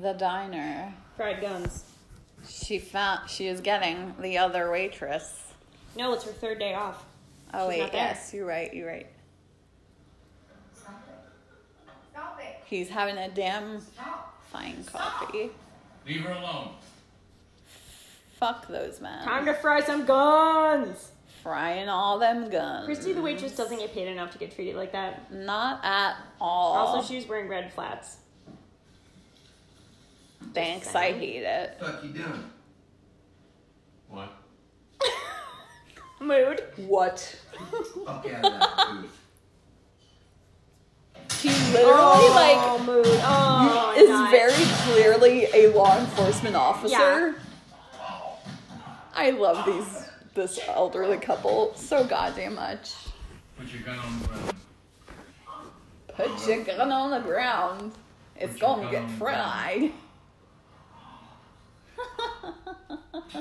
Speaker 2: the diner.
Speaker 1: Fried guns.
Speaker 2: She found she is getting the other waitress.
Speaker 1: No, it's her third day off. She's
Speaker 2: Oh wait,
Speaker 1: not there.
Speaker 2: yes, you're right. You're right. He's having a damn fine coffee.
Speaker 5: Leave her alone.
Speaker 2: Fuck those men.
Speaker 1: Time to fry some guns.
Speaker 2: Frying all them guns.
Speaker 1: Christy the waitress doesn't get paid enough to get treated like that.
Speaker 2: Not at all.
Speaker 1: Also, she's wearing red flats.
Speaker 2: Thanks, I hate it.
Speaker 4: Fuck you doing?
Speaker 5: What?
Speaker 1: Mood.
Speaker 2: What?
Speaker 4: Fuck out of that booth.
Speaker 2: She literally
Speaker 1: oh, mood. Oh,
Speaker 2: like is
Speaker 1: God.
Speaker 2: very clearly a law enforcement officer.
Speaker 1: Yeah.
Speaker 2: I love these this elderly couple so goddamn much.
Speaker 5: Put your gun on the ground.
Speaker 2: Put your gun on the ground. It's
Speaker 5: Put your
Speaker 2: gonna
Speaker 5: gun
Speaker 2: get
Speaker 5: on the
Speaker 2: fried. [LAUGHS]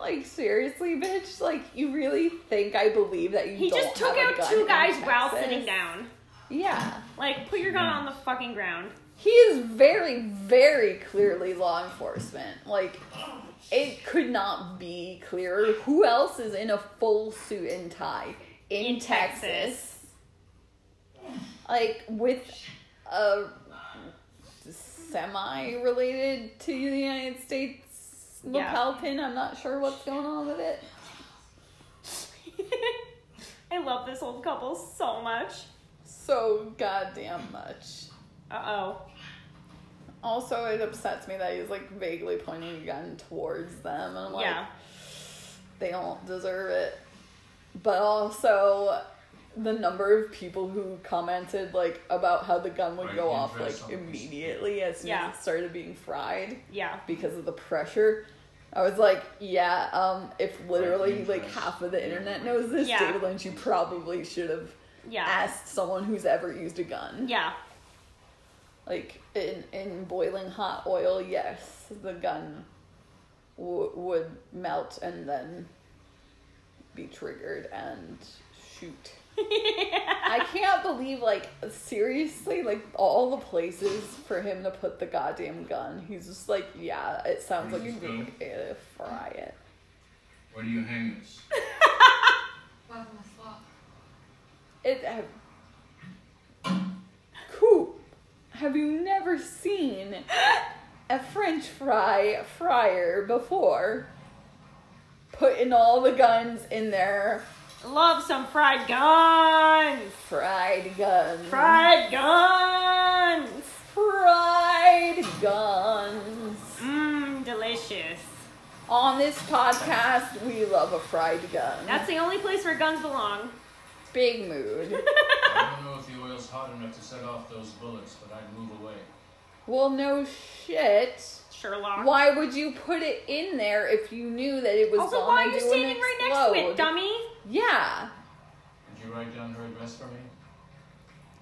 Speaker 2: like seriously, bitch. Like you really think I believe that you?
Speaker 1: He
Speaker 2: don't
Speaker 1: just took
Speaker 2: have a
Speaker 1: out
Speaker 2: gun
Speaker 1: two
Speaker 2: in
Speaker 1: guys while
Speaker 2: Texas?
Speaker 1: sitting down.
Speaker 2: Yeah,
Speaker 1: Like, put your gun on the fucking ground. [LAUGHS]
Speaker 2: he is very, very clearly law enforcement. Like it could not be clearer. Who else is in a full suit and tie in,
Speaker 1: In Texas.
Speaker 2: Like with a semi related to the United States
Speaker 1: Yeah.
Speaker 2: lapel pin. I'm not sure what's going on with it.
Speaker 1: I love this old couple so much.
Speaker 2: So goddamn much.
Speaker 1: Uh oh.
Speaker 2: Also, it upsets me that he's like vaguely pointing a gun towards them, and I'm like,
Speaker 1: yeah.
Speaker 2: they don't deserve it. But also, the number of people who commented like about how the gun would
Speaker 5: Right,
Speaker 2: go
Speaker 5: you
Speaker 2: off
Speaker 5: press
Speaker 2: like
Speaker 5: something.
Speaker 2: immediately as soon
Speaker 1: Yeah.
Speaker 2: as it started being fried
Speaker 1: Yeah.
Speaker 2: because of the pressure. I was like, yeah, um, if literally
Speaker 5: you
Speaker 2: like
Speaker 5: press-
Speaker 2: half of the internet knows this
Speaker 1: Yeah.
Speaker 2: data lynch, you probably should have
Speaker 1: Yeah.
Speaker 2: asked someone who's ever used a gun.
Speaker 1: Yeah.
Speaker 2: Like in in boiling hot oil, yes, the gun w- would melt and then be triggered and shoot. I can't believe, like, seriously, like, all the places for him to put the goddamn gun. He's just like, yeah, it sounds like you're going to fry it.
Speaker 5: Where do you hang this?
Speaker 2: It. I, Coop, have you never seen a French fry fryer before? Putting all the guns in there,
Speaker 1: Love some fried guns.
Speaker 2: fried guns.
Speaker 1: Fried
Speaker 2: Mm-hmm.
Speaker 1: guns.
Speaker 2: fried guns.
Speaker 1: Mmm, delicious.
Speaker 2: On this podcast, we love a fried gun.
Speaker 1: That's the only place where guns belong. [LAUGHS]
Speaker 2: big mood.
Speaker 5: I don't know if the oil's hot enough to set off those bullets, but I'd move away.
Speaker 2: well, no shit.
Speaker 1: Sherlock.
Speaker 2: Why would you put it in there if you knew that it was
Speaker 1: Also,
Speaker 2: going
Speaker 1: why are
Speaker 2: to
Speaker 1: you
Speaker 2: do an
Speaker 1: standing right next to
Speaker 2: explode?
Speaker 1: it, dummy?
Speaker 2: Yeah.
Speaker 5: Did you write down her address for me?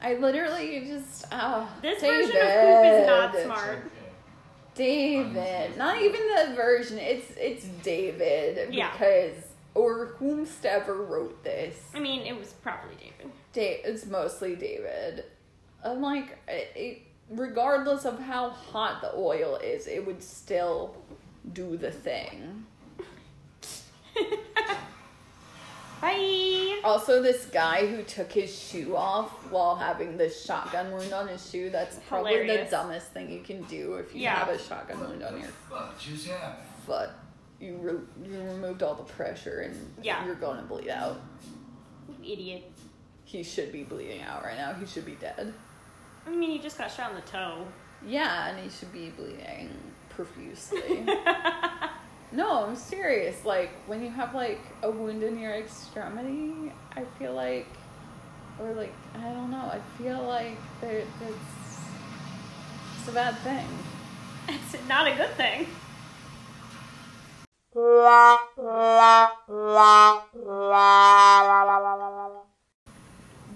Speaker 2: I literally just oh
Speaker 1: This version of poop is not
Speaker 2: David.
Speaker 1: smart.
Speaker 5: Okay.
Speaker 2: David, not even the version. It's it's David
Speaker 1: Yeah.
Speaker 2: because or whomsoever wrote this.
Speaker 1: I mean, it was probably David.
Speaker 2: Da- it's mostly David. I'm like, it, it, regardless of how hot the oil is, it would still do the thing.
Speaker 1: Bye.
Speaker 2: Also, this guy who took his shoe off while having the shotgun wound on his shoe—that's probably
Speaker 1: Hilarious.
Speaker 2: the dumbest thing you can do if you
Speaker 1: Yeah.
Speaker 2: have a shotgun wound on your
Speaker 4: Fuck, just happened.
Speaker 2: foot. You re- you removed all the pressure and
Speaker 1: Yeah.
Speaker 2: you're going to bleed out.
Speaker 1: Idiot.
Speaker 2: He should be bleeding out right now. He should be dead.
Speaker 1: I mean, he just got shot in the toe. [LAUGHS]
Speaker 2: Yeah, and he should be bleeding profusely. no, I'm serious. Like when you have like a wound in your extremity, I feel like, or like I don't know, I feel like there, that's it's a bad thing.
Speaker 1: It's not a good thing.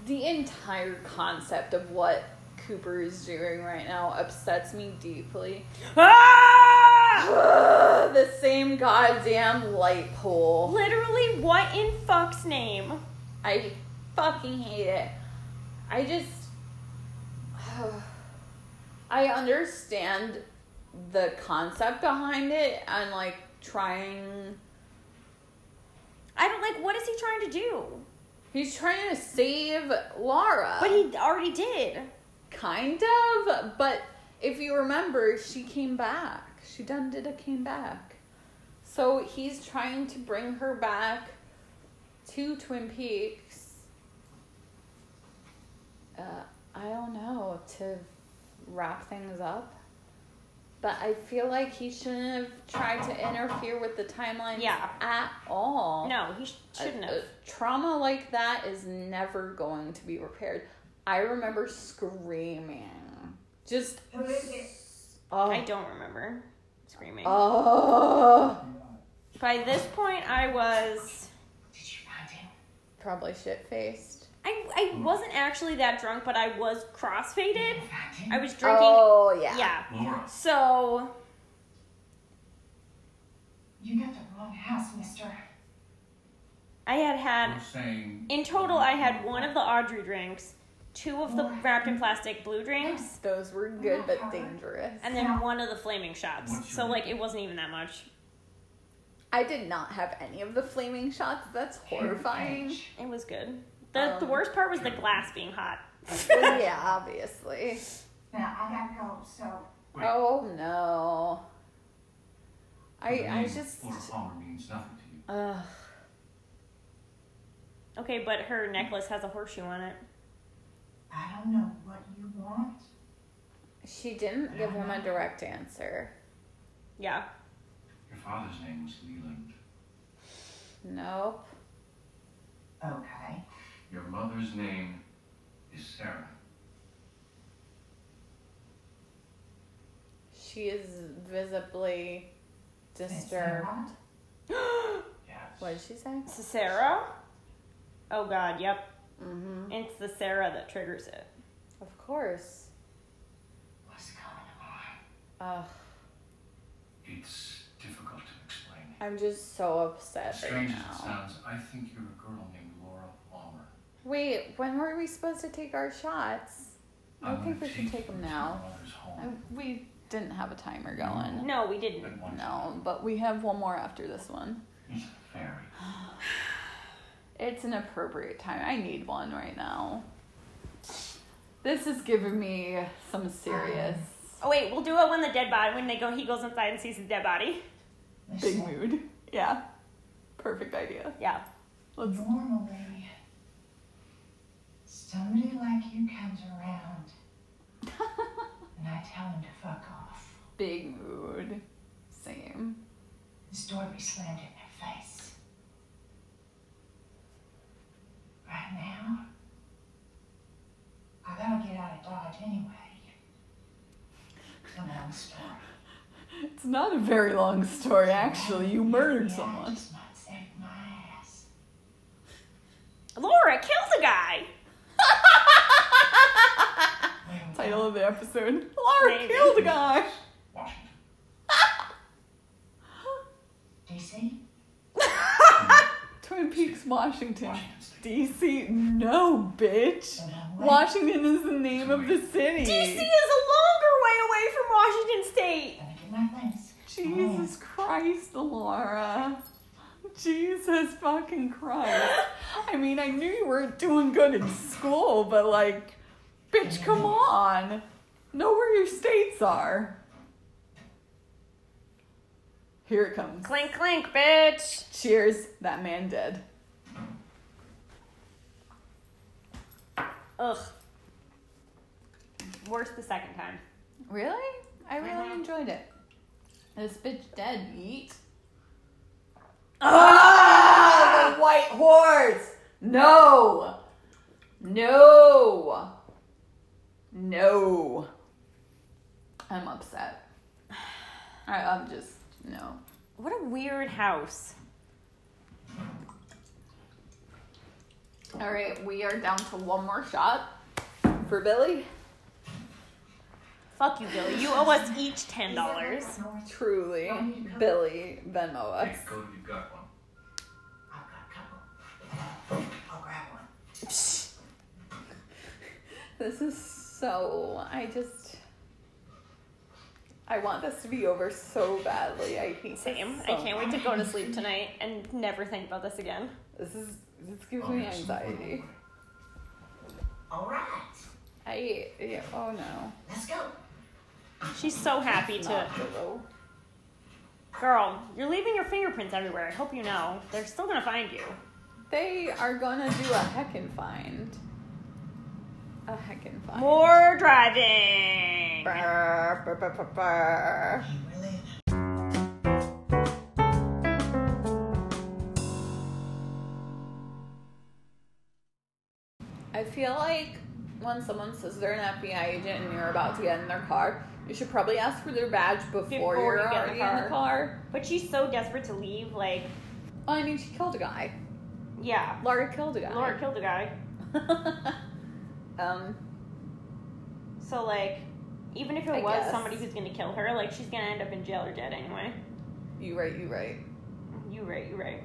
Speaker 2: The entire concept of what Cooper is doing right now upsets me deeply.
Speaker 1: Ah!
Speaker 2: Ugh, the same goddamn light pole.
Speaker 1: Literally, what in fuck's name?
Speaker 2: I fucking hate it. I just. [SIGHS] I understand the concept behind it and like trying.
Speaker 1: I don't like. What is he trying to do?
Speaker 2: He's trying to save Laura.
Speaker 1: But he already did.
Speaker 2: Kind of, but if you remember, she came back. She done did a came back. So he's trying to bring her back to Twin Peaks. Uh, I don't know to wrap things up, but I feel like he shouldn't have tried to interfere with the timeline
Speaker 1: Yeah.
Speaker 2: at all
Speaker 1: No, he sh- shouldn't
Speaker 2: a-
Speaker 1: have.
Speaker 2: a trauma like that is never going to be repaired. I remember screaming. Just oh,
Speaker 1: I don't remember screaming.
Speaker 2: oh.
Speaker 1: By this point, I was.
Speaker 2: probably shit faced.
Speaker 1: I, I wasn't actually that drunk, but I was crossfaded. I was drinking.
Speaker 2: Oh yeah.
Speaker 1: yeah.
Speaker 5: Laura.
Speaker 1: So
Speaker 6: You got the wrong house, mister.
Speaker 1: I had had
Speaker 5: I'm saying.
Speaker 1: in total I had one of the Audrey drinks, two of the wrapped in plastic blue drinks,
Speaker 2: Those were good but dangerous.
Speaker 1: and then one of the flaming shots. So like it wasn't even that much.
Speaker 2: I did not have any of the flaming shots. That's
Speaker 6: [LAUGHS]
Speaker 2: horrifying.
Speaker 1: It was good. The the worst part was the glass being [LAUGHS] hot.
Speaker 2: Well, yeah, obviously.
Speaker 6: Now, I gotta go, so
Speaker 2: Oh no. I
Speaker 5: the
Speaker 2: I
Speaker 5: name
Speaker 2: just
Speaker 5: Laura Palmer means nothing to you.
Speaker 2: ugh.
Speaker 1: Okay, but her necklace has a horseshoe on it.
Speaker 6: I don't know what you want.
Speaker 2: She didn't give him a direct answer.
Speaker 1: Yeah.
Speaker 5: Your father's name was Leland.
Speaker 2: Nope.
Speaker 6: Okay.
Speaker 5: Your mother's name is Sarah.
Speaker 2: She is visibly
Speaker 6: Miss
Speaker 2: disturbed.
Speaker 6: Sarah?
Speaker 5: Yes.
Speaker 2: What did she say?
Speaker 1: It's the Sarah? Oh god, yep. It's the Sarah that triggers it.
Speaker 2: Of course.
Speaker 6: What's going on?
Speaker 2: Ugh,
Speaker 5: It's difficult to explain.
Speaker 2: I'm just so upset
Speaker 5: As
Speaker 2: right
Speaker 5: strange as it
Speaker 2: now.
Speaker 5: sounds, I think you're a girl named Laura Palmer.
Speaker 2: Wait, when were we supposed to take our shots? I
Speaker 5: I'm
Speaker 2: don't think
Speaker 5: gonna
Speaker 2: we should
Speaker 5: take
Speaker 2: take them
Speaker 5: you to
Speaker 2: now.
Speaker 5: your mother's home.
Speaker 2: I, we didn't have a timer going.
Speaker 1: No, we didn't.
Speaker 5: But one
Speaker 2: No, but we have one more after this one.
Speaker 5: is very
Speaker 2: [SIGHS] It's an appropriate time. I need one right now. This is giving me some serious
Speaker 5: Um,
Speaker 1: Oh wait, we'll do it when the dead body when they go he goes inside and sees the dead body.
Speaker 2: big
Speaker 6: Miss Sarah,
Speaker 2: mood. Yeah. Perfect idea.
Speaker 1: Yeah.
Speaker 2: Let's
Speaker 6: normally, somebody like you comes around and I tell him to fuck off.
Speaker 2: big mood. Same.
Speaker 6: This door be slammed in their face. Right now, I gotta get out of Dodge anyway. It's a long story.
Speaker 2: It's not a very long story actually. You murdered
Speaker 6: Yeah, I
Speaker 2: someone.
Speaker 6: just might save my ass.
Speaker 1: Laura killed a guy.
Speaker 6: Where we
Speaker 2: Title of the episode. Laura
Speaker 1: Maybe.
Speaker 2: killed a guy.
Speaker 5: Washington.
Speaker 6: go? DC?
Speaker 2: Twin Peaks, Washington.
Speaker 5: Washington State.
Speaker 2: DC? No, bitch.
Speaker 6: No way.
Speaker 2: Washington is the name of the city.
Speaker 1: DC is a longer way away from Washington State.
Speaker 6: Let me get my things.
Speaker 2: Jesus Christ, Laura. Jesus fucking Christ. I mean, I knew you weren't doing good in school, but like, bitch, come on. Know where your states are. Here it comes.
Speaker 1: Clink clink, bitch.
Speaker 2: Cheers, that man dead.
Speaker 1: Ugh. Worse the second time.
Speaker 2: Really? I really
Speaker 1: Mhm.
Speaker 2: enjoyed it. This bitch dead, eat. Ah, the white horse! No! No! No. I'm upset. [SIGHS] I, I'm just, no.
Speaker 1: What a weird house.
Speaker 2: All right, we are down to one more shot for Billy.
Speaker 1: Fuck you, Billy. You owe us each ten dollars.
Speaker 2: Truly, Billy Venmo us.
Speaker 5: Hey, Cody, you've got one.
Speaker 6: I've got a couple. I'll grab one.
Speaker 2: This is so. I just. I want this to be over so badly. I hate this
Speaker 1: Same.
Speaker 2: so
Speaker 1: I can't wait to go to sleep tonight and never think about this again.
Speaker 2: This is. This gives
Speaker 5: Oh,
Speaker 2: me
Speaker 5: yes.
Speaker 2: anxiety.
Speaker 6: All right,
Speaker 2: I. Yeah, oh no.
Speaker 6: let's go.
Speaker 1: She's so happy to.
Speaker 2: Not Willow.
Speaker 1: Girl, you're leaving your fingerprints everywhere. I hope you know. They're still gonna find you.
Speaker 2: They are gonna do a heckin' find. A heckin' find.
Speaker 1: More driving.
Speaker 2: Brr, brr, brr, brr, brr.
Speaker 6: You really?
Speaker 2: I feel like when someone says they're an FBI agent and you're about to get in their car, you should probably ask for their badge before,
Speaker 1: Before you
Speaker 2: you're
Speaker 1: get in
Speaker 2: already
Speaker 1: the
Speaker 2: in
Speaker 1: car.
Speaker 2: the car.
Speaker 1: But she's so desperate to leave. Like,
Speaker 2: Well, I mean, she killed a guy.
Speaker 1: yeah.
Speaker 2: Laura killed a guy.
Speaker 1: Laura
Speaker 2: [LAUGHS]
Speaker 1: killed a guy.
Speaker 2: um,
Speaker 1: So like, even if it
Speaker 2: I
Speaker 1: was
Speaker 2: guess.
Speaker 1: somebody who's gonna kill her, like she's gonna end up in jail or dead anyway.
Speaker 2: you right, you right.
Speaker 1: You right. You right.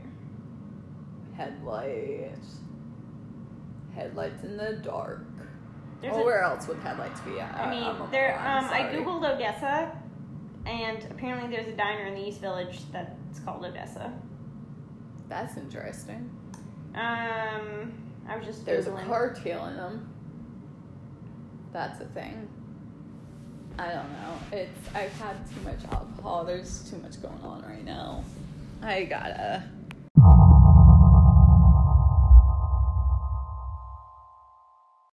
Speaker 2: Headlights. Headlights in the dark.
Speaker 1: There's
Speaker 2: oh,
Speaker 1: a-
Speaker 2: where else would headlights be?
Speaker 1: I mean, there. Um, I googled Odessa, and apparently there's a diner in the East Village that's called Odessa.
Speaker 2: That's interesting.
Speaker 1: Um, I was just
Speaker 2: There's a
Speaker 1: Googling.
Speaker 2: cartel in them. That's a thing. I don't know. It's I've had too much alcohol. There's too much going on right now. I gotta.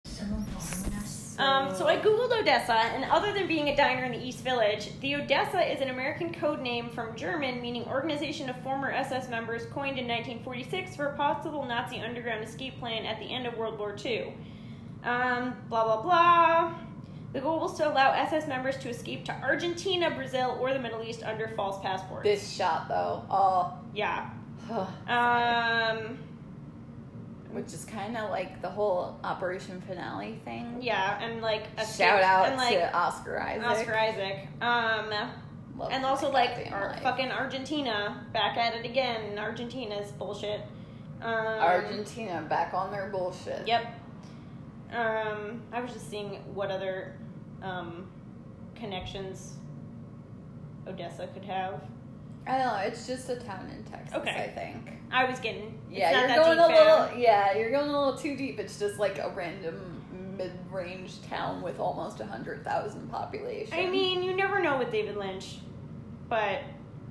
Speaker 6: Someone following us.
Speaker 1: Um, so I googled Odessa, and other than being a diner in the East Village, the Odessa is an American code name from German, meaning organization of former SS members, coined in 1946 for a possible Nazi underground escape plan at the end of World War II. Um, blah blah blah. The goal was to allow SS members to escape to Argentina, Brazil, or the Middle East under false passports.
Speaker 2: This shot though, oh, [SIGHS]
Speaker 1: yeah. Um,
Speaker 2: which is kind of like the whole Operation Finale thing.
Speaker 1: yeah, and like
Speaker 2: Shout
Speaker 1: escape-
Speaker 2: out
Speaker 1: and, like,
Speaker 2: to Oscar Isaac.
Speaker 1: Oscar Isaac. Um,
Speaker 2: Love
Speaker 1: and
Speaker 2: his
Speaker 1: also like
Speaker 2: goddamn
Speaker 1: our
Speaker 2: life.
Speaker 1: fucking Argentina back at it again. Argentina's bullshit. Um,
Speaker 2: Argentina back on their bullshit.
Speaker 1: Yep. Um, I was just seeing what other um, connections Odessa could have.
Speaker 2: I don't know. It's just a town in Texas.
Speaker 1: Okay.
Speaker 2: I think.
Speaker 1: I was getting it's
Speaker 2: Yeah,
Speaker 1: not
Speaker 2: you're
Speaker 1: that
Speaker 2: going
Speaker 1: deep,
Speaker 2: a
Speaker 1: fam.
Speaker 2: little. Yeah, you're going a little too deep. It's just like a random mid-range town with almost hundred thousand population.
Speaker 1: I mean, you never know with David Lynch, but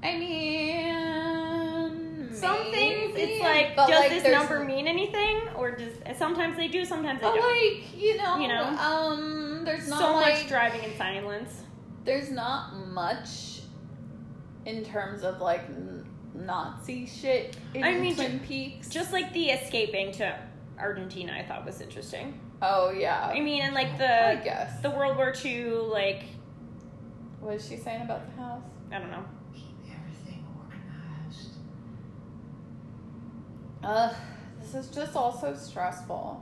Speaker 2: I mean,
Speaker 1: some things
Speaker 2: maybe,
Speaker 1: it's like
Speaker 2: but,
Speaker 1: does
Speaker 2: like,
Speaker 1: this
Speaker 2: there's-
Speaker 1: number mean anything, or does sometimes they do, sometimes they
Speaker 2: But
Speaker 1: don't.
Speaker 2: like you know,
Speaker 1: You know?
Speaker 2: um, there's not
Speaker 1: so
Speaker 2: like
Speaker 1: much driving in silence.
Speaker 2: there's not much in terms of like n- Nazi shit. In
Speaker 1: I mean,
Speaker 2: Twin Peaks.
Speaker 1: Just like the escaping to Argentina, I thought was interesting.
Speaker 2: oh yeah,
Speaker 1: I mean, and like
Speaker 2: I
Speaker 1: the
Speaker 2: guess.
Speaker 1: the World War II, like
Speaker 2: what is she saying about the house?
Speaker 1: I don't know.
Speaker 6: Keep everything organized.
Speaker 2: Ugh, this is just all so stressful.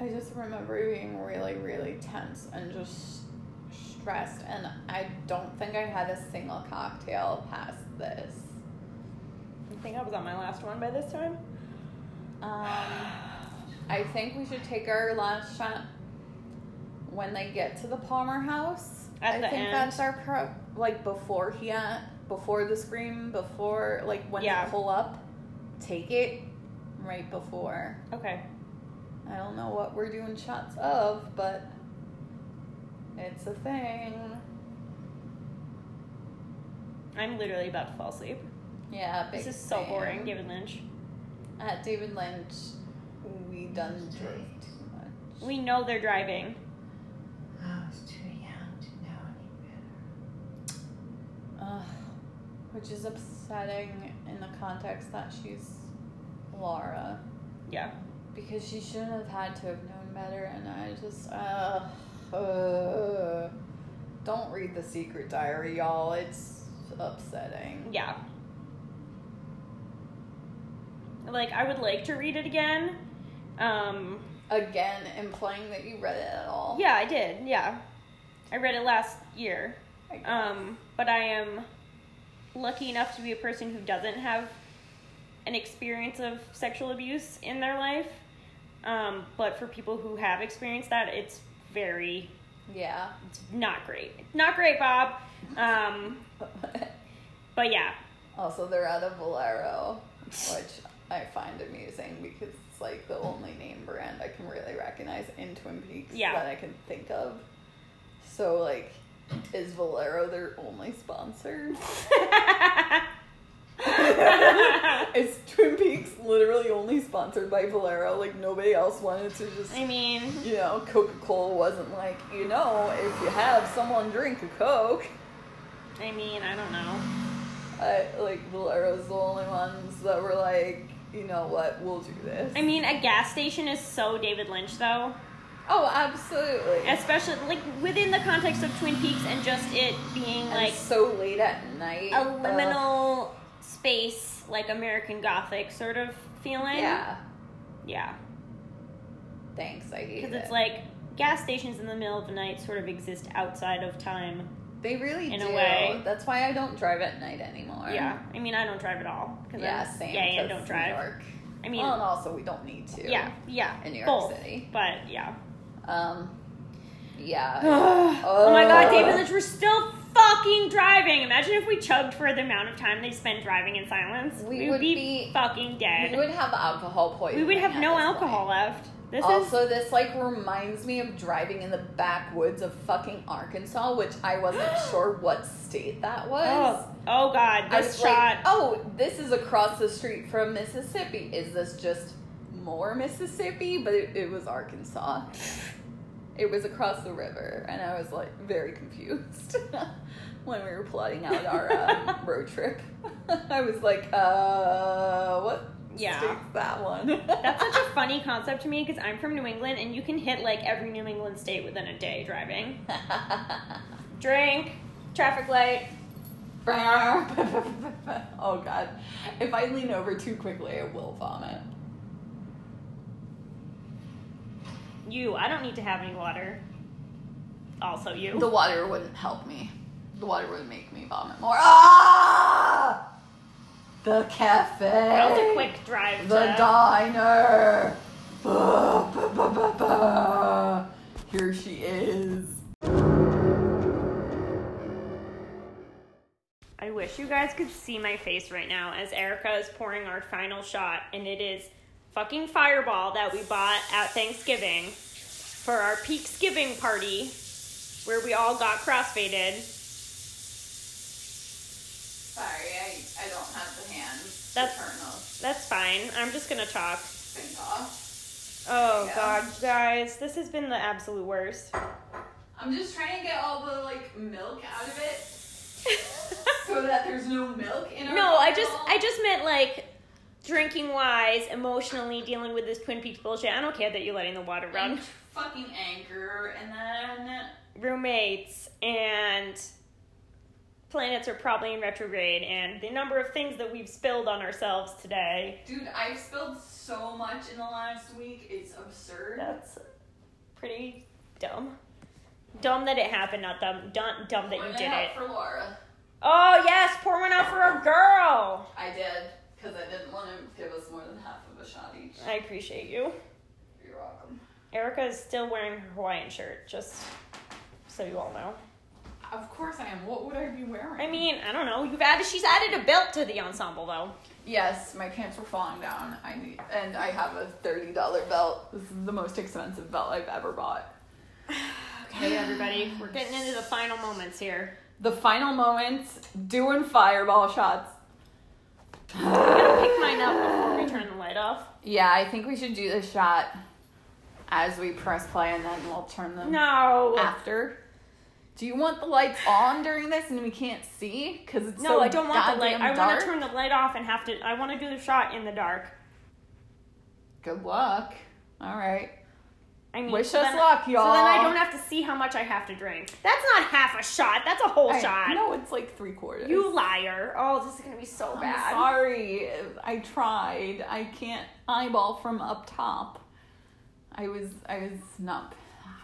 Speaker 2: I just remember being really, really tense and just stressed, and I don't think I had a single cocktail past this.
Speaker 1: I think I was on my last one by this time.
Speaker 2: Um, I think we should take our last shot when they get to the Palmer house.
Speaker 1: At
Speaker 2: I
Speaker 1: the
Speaker 2: think
Speaker 1: end.
Speaker 2: that's our pro, like before he, uh, before the scream, before like when
Speaker 1: Yeah.
Speaker 2: they pull up, take it right before.
Speaker 1: Okay.
Speaker 2: I don't know what we're doing shots of, but it's a thing.
Speaker 1: I'm literally about to fall asleep.
Speaker 2: Yeah, big
Speaker 1: This is so
Speaker 2: fan.
Speaker 1: boring, David Lynch.
Speaker 2: At David Lynch, we done drove too much.
Speaker 1: We know they're driving.
Speaker 6: I was too young to know any better.
Speaker 2: Ugh, which is upsetting in the context that she's Laura
Speaker 1: Yeah.
Speaker 2: because she shouldn't have had to have known better, and I just uh, uh don't read the Secret Diary, y'all. It's upsetting.
Speaker 1: Yeah. Like I would like to read it again. Um
Speaker 2: Again, implying that you read it at all.
Speaker 1: yeah, I did. Yeah. I read it last year.
Speaker 2: I guess.
Speaker 1: Um but I am lucky enough to be a person who doesn't have an experience of sexual abuse in their life. Um but for people who have experienced that, it's very
Speaker 2: Yeah. [LAUGHS]
Speaker 1: it's not great. It's not great, Bob. Um but yeah. [LAUGHS]
Speaker 2: also, they're out of Valero, which I find amusing because it's like the only name brand I can really recognize in Twin Peaks
Speaker 1: Yeah.
Speaker 2: that I can think of. So, like, is Valero their only
Speaker 1: [LAUGHS]
Speaker 2: sponsor? is Twin Peaks literally only sponsored by Valero? Like, nobody else wanted to just.
Speaker 1: I mean,
Speaker 2: You know, Coca Cola wasn't like, you know, if you have someone drink a Coke.
Speaker 1: I mean, I don't know.
Speaker 2: I, like Valero's the only ones that were like, you know what, we'll do this.
Speaker 1: I mean, a gas station is so David Lynch, though.
Speaker 2: oh, absolutely.
Speaker 1: Especially like within the context of Twin Peaks and just it being
Speaker 2: And
Speaker 1: like
Speaker 2: so late at night.
Speaker 1: a
Speaker 2: ugh.
Speaker 1: liminal space, like American Gothic sort of feeling.
Speaker 2: yeah.
Speaker 1: yeah,
Speaker 2: Thanks, I hate
Speaker 1: because
Speaker 2: it.
Speaker 1: it's like gas stations in the middle of the night sort of exist outside of time.
Speaker 2: they really
Speaker 1: in
Speaker 2: do.
Speaker 1: a way-
Speaker 2: That's why I don't drive at night anymore.
Speaker 1: Yeah, I mean, I don't drive at all. Cause
Speaker 2: Yeah,
Speaker 1: I'm
Speaker 2: same.
Speaker 1: Gay and
Speaker 2: 'cause
Speaker 1: don't
Speaker 2: New
Speaker 1: drive.
Speaker 2: York.
Speaker 1: I mean,
Speaker 2: well, and also we don't need to.
Speaker 1: yeah, yeah,
Speaker 2: in New York
Speaker 1: both,
Speaker 2: City.
Speaker 1: But
Speaker 2: [SIGHS]
Speaker 1: yeah. [SIGHS]
Speaker 2: Um. Yeah.
Speaker 1: oh. my god, David Lynch, we're still fucking driving. Imagine if we chugged for the amount of time they spent driving in silence.
Speaker 2: We would be-
Speaker 1: fucking dead.
Speaker 2: we would have alcohol poisoning.
Speaker 1: have
Speaker 2: at
Speaker 1: no
Speaker 2: this
Speaker 1: alcohol
Speaker 2: point.
Speaker 1: left. This is
Speaker 2: also, this like reminds me of driving in the backwoods of fucking Arkansas, which
Speaker 1: [GASPS]
Speaker 2: I wasn't sure what state that was.
Speaker 1: oh, oh god,
Speaker 2: I
Speaker 1: this
Speaker 2: was
Speaker 1: shot.
Speaker 2: like, oh, this is across the street from
Speaker 1: [SIGHS]
Speaker 2: Mississippi. Is this just more Mississippi? But it, it was Arkansas. It was across the river, and I was like very confused [LAUGHS] when we were plotting out our uh,
Speaker 1: [LAUGHS]
Speaker 2: road trip. [LAUGHS] I was like, uh, what?
Speaker 1: Yeah.
Speaker 2: state's that one. [LAUGHS]
Speaker 1: That's such a funny concept to me because I'm from New England and you can hit like every New England state within a day driving. Drink, traffic light.
Speaker 2: [LAUGHS] oh god. If I lean over too quickly, I will vomit.
Speaker 1: You, I don't need to have any water. Also, you.
Speaker 2: The water wouldn't help me. The water would make me vomit more. Ah! The cafe.
Speaker 1: that was a quick drive.
Speaker 2: The
Speaker 1: to-
Speaker 2: diner. Bah, bah, bah, bah, bah. Here she is.
Speaker 1: I wish you guys could see my face right now as Erica is pouring our final shot, and it is fucking Fireball that we bought at Thanksgiving for our Peaksgiving party where we all got crossfaded.
Speaker 2: Sorry, I, I don't have the hands.
Speaker 1: That's-
Speaker 2: turn those
Speaker 1: That's fine. I'm just gonna talk.
Speaker 2: things off.
Speaker 1: Oh
Speaker 2: Yeah.
Speaker 1: god, guys, this has been the absolute worst.
Speaker 2: I'm just trying to get all the like milk out of it so that there's no milk in our
Speaker 1: no, I just
Speaker 2: fireball.
Speaker 1: I just meant like drinking wise, emotionally dealing with this Twin Peaks bullshit. I don't care that you're letting the water run.
Speaker 2: [LAUGHS] And fucking anchor and then
Speaker 1: Roommates and planets are probably in retrograde and the number of things that we've spilled on ourselves today.
Speaker 2: dude i've spilled so much in the last week it's absurd
Speaker 1: That's pretty dumb. Dumb that it happened, not dumb dumb, dumb that
Speaker 2: One
Speaker 1: you
Speaker 2: and a
Speaker 1: did it.
Speaker 2: half for laura
Speaker 1: Oh yes, pour one out for our girl.
Speaker 2: i did because i didn't want to give us more than half of a shot each
Speaker 1: I appreciate you.
Speaker 2: you're welcome
Speaker 1: Erica is still wearing her Hawaiian shirt, just so you all know.
Speaker 2: of course i am what would i be wearing
Speaker 1: I mean, I don't know. You've added. She's added a belt to the ensemble, though.
Speaker 2: yes my pants were falling down i need and i have a $30 belt this is the most expensive belt i've ever bought
Speaker 1: Okay, everybody, we're getting into the final moments here.
Speaker 2: the final moments doing fireball shots
Speaker 1: I'm gonna pick mine up before we turn the light off.
Speaker 2: Yeah, I think we should do the shot as we press play and then we'll turn them
Speaker 1: No.
Speaker 2: after. Do you want the lights on during this and we can't see? Because it's
Speaker 1: No,
Speaker 2: so
Speaker 1: I don't want the light.
Speaker 2: goddamn
Speaker 1: I want
Speaker 2: dark?
Speaker 1: to turn the light off and have to. I want to do the shot in the dark.
Speaker 2: Good luck. All right.
Speaker 1: I mean,
Speaker 2: Wish
Speaker 1: so
Speaker 2: us
Speaker 1: then-
Speaker 2: luck,
Speaker 1: So then I
Speaker 2: y'all.
Speaker 1: don't have to see how much I have to drink. That's not half a shot. That's a whole
Speaker 2: I-
Speaker 1: shot.
Speaker 2: No, it's like three quarters.
Speaker 1: You liar! Oh, this is gonna be so
Speaker 2: I'm
Speaker 1: bad.
Speaker 2: sorry. I tried. I can't eyeball from up top. I was. I was not.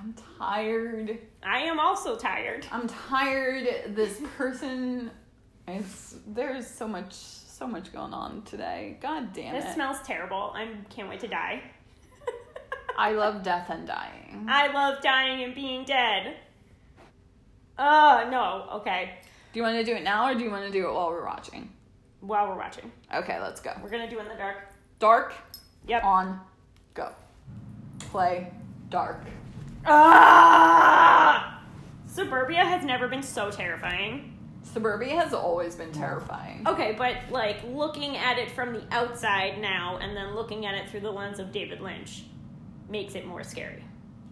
Speaker 2: I'm tired.
Speaker 1: I am also tired.
Speaker 2: I'm tired.
Speaker 1: [LAUGHS]
Speaker 2: This person, it's there's so much, so much going on today. God damn
Speaker 1: This
Speaker 2: it!
Speaker 1: smells terrible. I can't wait to die.
Speaker 2: I love death and dying.
Speaker 1: [LAUGHS] I love dying and being dead. Oh, no. Okay.
Speaker 2: Do you want to do it now, or do you want to do it while we're watching?
Speaker 1: While we're watching,
Speaker 2: Okay, let's go.
Speaker 1: we're going to do in the dark.
Speaker 2: Dark
Speaker 1: Yep.
Speaker 2: on, go. Play dark.
Speaker 1: Ah! Suburbia has never been so terrifying.
Speaker 2: Suburbia has always been terrifying.
Speaker 1: Okay, but like looking at it from the outside now and then looking at it through the lens of David Lynch makes it more scary.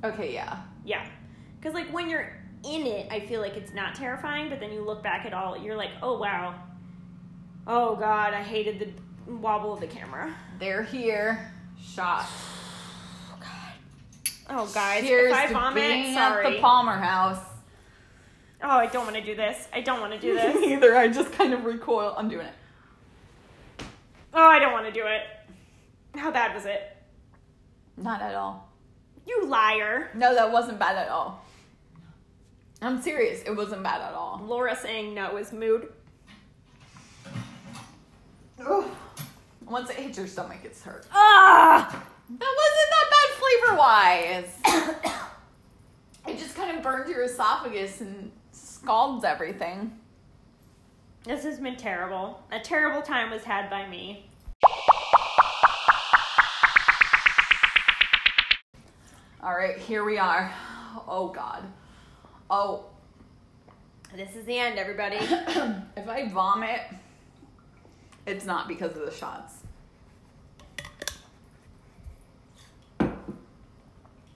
Speaker 2: Okay, yeah.
Speaker 1: Yeah. Because, like, when you're in it, I feel like it's not terrifying, but then you look back at all, you're like, oh, wow. Oh, God, I hated the wobble of the camera.
Speaker 2: They're here. Shot.
Speaker 1: Oh, guys,
Speaker 2: Here's
Speaker 1: if I
Speaker 2: to
Speaker 1: vomit,
Speaker 2: being at
Speaker 1: sorry.
Speaker 2: the Palmer House.
Speaker 1: oh, I don't want to do this. I don't want to do
Speaker 2: [LAUGHS]
Speaker 1: this.
Speaker 2: Either I just kind of recoil. I'm doing it.
Speaker 1: oh, I don't want to do it. How bad was it?
Speaker 2: Not at all.
Speaker 1: You liar.
Speaker 2: No, that wasn't bad at all. I'm serious. It wasn't bad at all.
Speaker 1: Laura saying no is mood.
Speaker 2: Once it hits your stomach, it's hurt.
Speaker 1: Ah!
Speaker 2: That wasn't that bad flavor wise. [COUGHS] it just kind of burned your esophagus and scalds everything.
Speaker 1: This has been terrible. A terrible time was had by me.
Speaker 2: All right, here we are. Oh God. Oh, [COUGHS]
Speaker 1: This is the end,
Speaker 2: [LAUGHS]
Speaker 1: everybody.
Speaker 2: if I vomit, it's not because of the shots.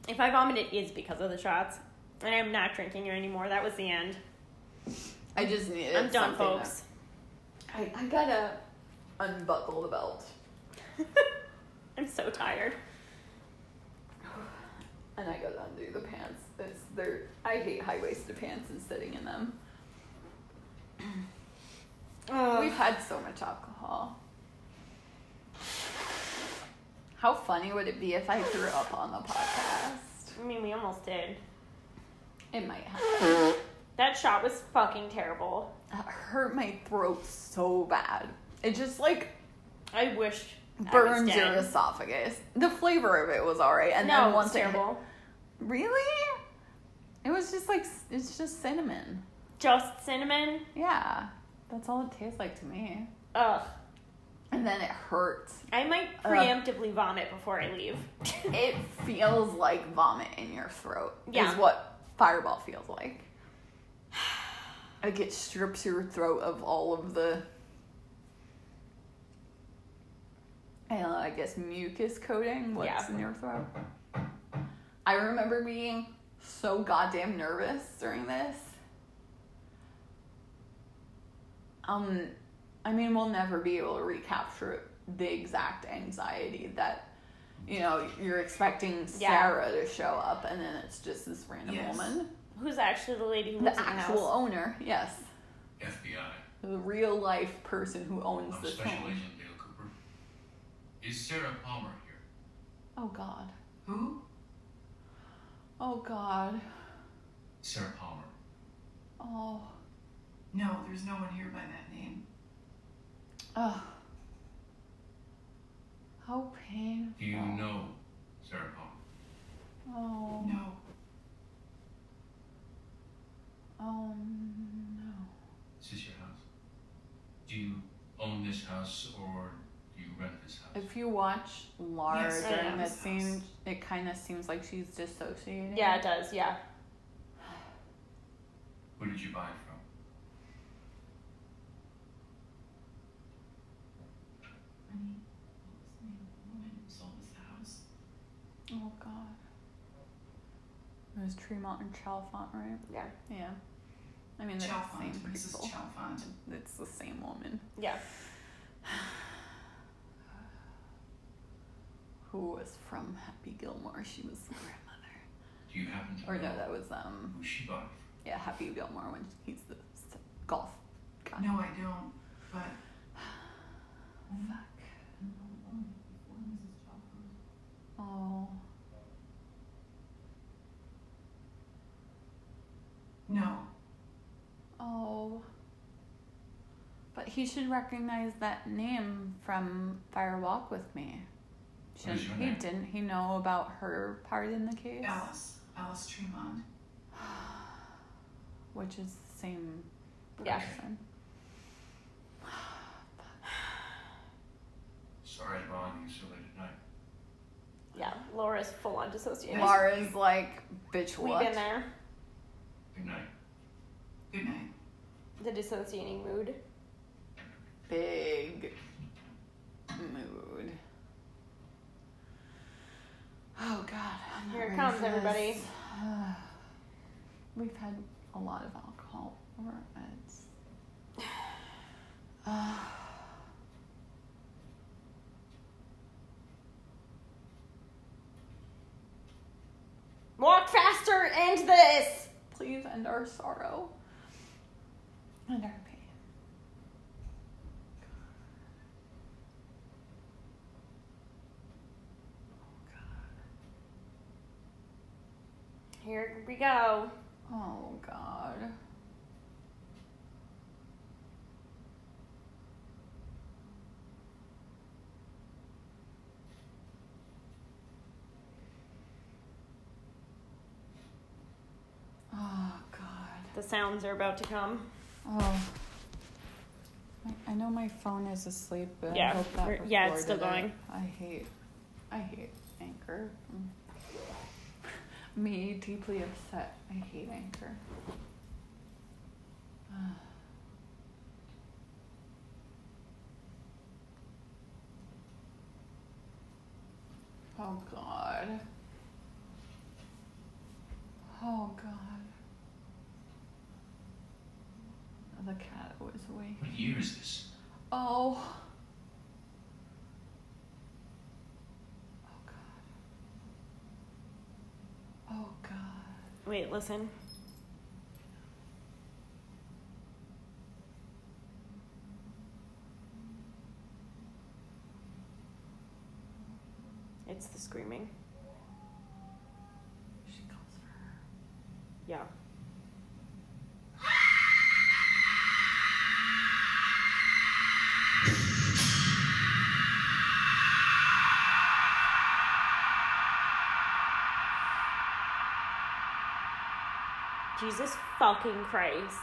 Speaker 1: If I vomit, it is because of the shots. And I'm not drinking anymore. That was the end.
Speaker 2: I just needed.
Speaker 1: I'm done,
Speaker 2: something
Speaker 1: folks.
Speaker 2: that- I, I gotta unbuckle the belt,
Speaker 1: I'm so tired.
Speaker 2: and I gotta undo the pants. It's they're I hate high waisted pants and sitting in them. We've
Speaker 1: Ugh.
Speaker 2: had so much alcohol. How funny would it be if I threw up on the podcast?
Speaker 1: I mean, we almost did.
Speaker 2: It might happen.
Speaker 1: That shot was fucking terrible.
Speaker 2: That hurt my throat so bad. It just like
Speaker 1: I wish.
Speaker 2: burns
Speaker 1: I was dead.
Speaker 2: your esophagus. The flavor of it was alright, and
Speaker 1: no,
Speaker 2: then
Speaker 1: it was
Speaker 2: once it hit-
Speaker 1: terrible.
Speaker 2: really, it was just like s- it's just cinnamon.
Speaker 1: Just cinnamon.
Speaker 2: Yeah, that's all it tastes like to me.
Speaker 1: Ugh.
Speaker 2: And then it hurts.
Speaker 1: I might preemptively vomit before I leave.
Speaker 2: It feels like vomit in your throat.
Speaker 1: Yeah.
Speaker 2: Is what fireball feels like. [SIGHS] Like it strips your throat of all of the I don't know, I guess mucus coating what's
Speaker 1: Yeah.
Speaker 2: in your throat. I remember being so goddamn nervous during this. Um I mean we'll never be able to recapture the exact anxiety that you know, you're expecting
Speaker 1: Yeah.
Speaker 2: Sarah to show up and then it's just this random
Speaker 5: Yes.
Speaker 2: woman.
Speaker 1: Who's actually the lady who lives
Speaker 2: The
Speaker 1: in the
Speaker 2: actual
Speaker 1: house?
Speaker 2: owner, yes.
Speaker 5: FBI.
Speaker 2: The real life person who owns
Speaker 5: I'm
Speaker 2: this
Speaker 5: Special
Speaker 2: home.
Speaker 5: Agent Dale Cooper. Is Sarah Palmer here?
Speaker 2: Oh god.
Speaker 5: Who?
Speaker 2: Oh god.
Speaker 5: Sarah Palmer.
Speaker 2: Oh.
Speaker 7: No, there's no one here by that name.
Speaker 2: Ugh. How painful.
Speaker 5: Do you know Sarah Palmer?
Speaker 2: Oh.
Speaker 7: No.
Speaker 2: Oh no.
Speaker 5: Is this your house? Do you own this house or do you rent this house?
Speaker 2: If you watch Lara
Speaker 7: Yes,
Speaker 1: I
Speaker 2: during
Speaker 1: am.
Speaker 2: this scene, it kind of seems like she's dissociating.
Speaker 1: Yeah, it does. Yeah.
Speaker 5: Who did you buy it from?
Speaker 7: I mean, what was the name of the woman who sold this house?
Speaker 2: Oh god. It was Tremont and Chalfont, right?
Speaker 1: Yeah.
Speaker 2: Yeah. I mean, they're the
Speaker 7: Chalfont.
Speaker 2: same
Speaker 7: Mrs.
Speaker 2: people.
Speaker 7: Chalfont.
Speaker 2: It's the same woman.
Speaker 1: Yeah.
Speaker 2: [SIGHS] who was from Happy Gilmore. She was the grandmother.
Speaker 5: Do you happen to
Speaker 2: Or
Speaker 5: know
Speaker 2: no, that was um
Speaker 5: who she bought it from?
Speaker 2: yeah, Happy Gilmore when he's the s- golf guy.
Speaker 7: No, I don't. But
Speaker 2: Fuck. Oh.
Speaker 7: no.
Speaker 2: Oh. But he should recognize that name from Fire Walk with Me. Should,
Speaker 5: What is your
Speaker 2: he
Speaker 5: name?
Speaker 2: didn't he know about her part in the case?
Speaker 7: Alice. Alice Tremont.
Speaker 2: Which is the same
Speaker 1: Yeah.
Speaker 2: person.
Speaker 5: Sorry I'm bothering you so late at night.
Speaker 1: Yeah. Laura's full on dissociated.
Speaker 2: Laura's like, bitch
Speaker 1: We've
Speaker 2: what?
Speaker 1: been there.
Speaker 5: Good night.
Speaker 7: Good night.
Speaker 1: The dissociating mood.
Speaker 2: big mood. Oh God! I'm not
Speaker 1: Here it
Speaker 2: ready
Speaker 1: comes,
Speaker 2: for this. [SIGHS]
Speaker 1: everybody.
Speaker 2: We've had a lot of alcohol. Or it's. Uh,
Speaker 1: Walk faster. End this.
Speaker 2: [SIGHS] please end our sorrow. And our pain.
Speaker 1: Here we go.
Speaker 2: Oh God. Oh God.
Speaker 1: The sounds are about to come.
Speaker 2: Oh. I- I know my phone is asleep, but
Speaker 1: Yeah,
Speaker 2: I hope that
Speaker 1: we're- yeah, it's still
Speaker 2: recorded it.
Speaker 1: going.
Speaker 2: I hate, I hate Anchor. Mm. [LAUGHS] Me deeply upset. I hate Anchor. Oh God. Oh god. The cat was awake.
Speaker 5: What year is this?
Speaker 2: Oh. Oh god. Oh god.
Speaker 1: Wait, listen. It's the screaming.
Speaker 2: She calls for her.
Speaker 1: Yeah. [LAUGHS] Jesus fucking Christ.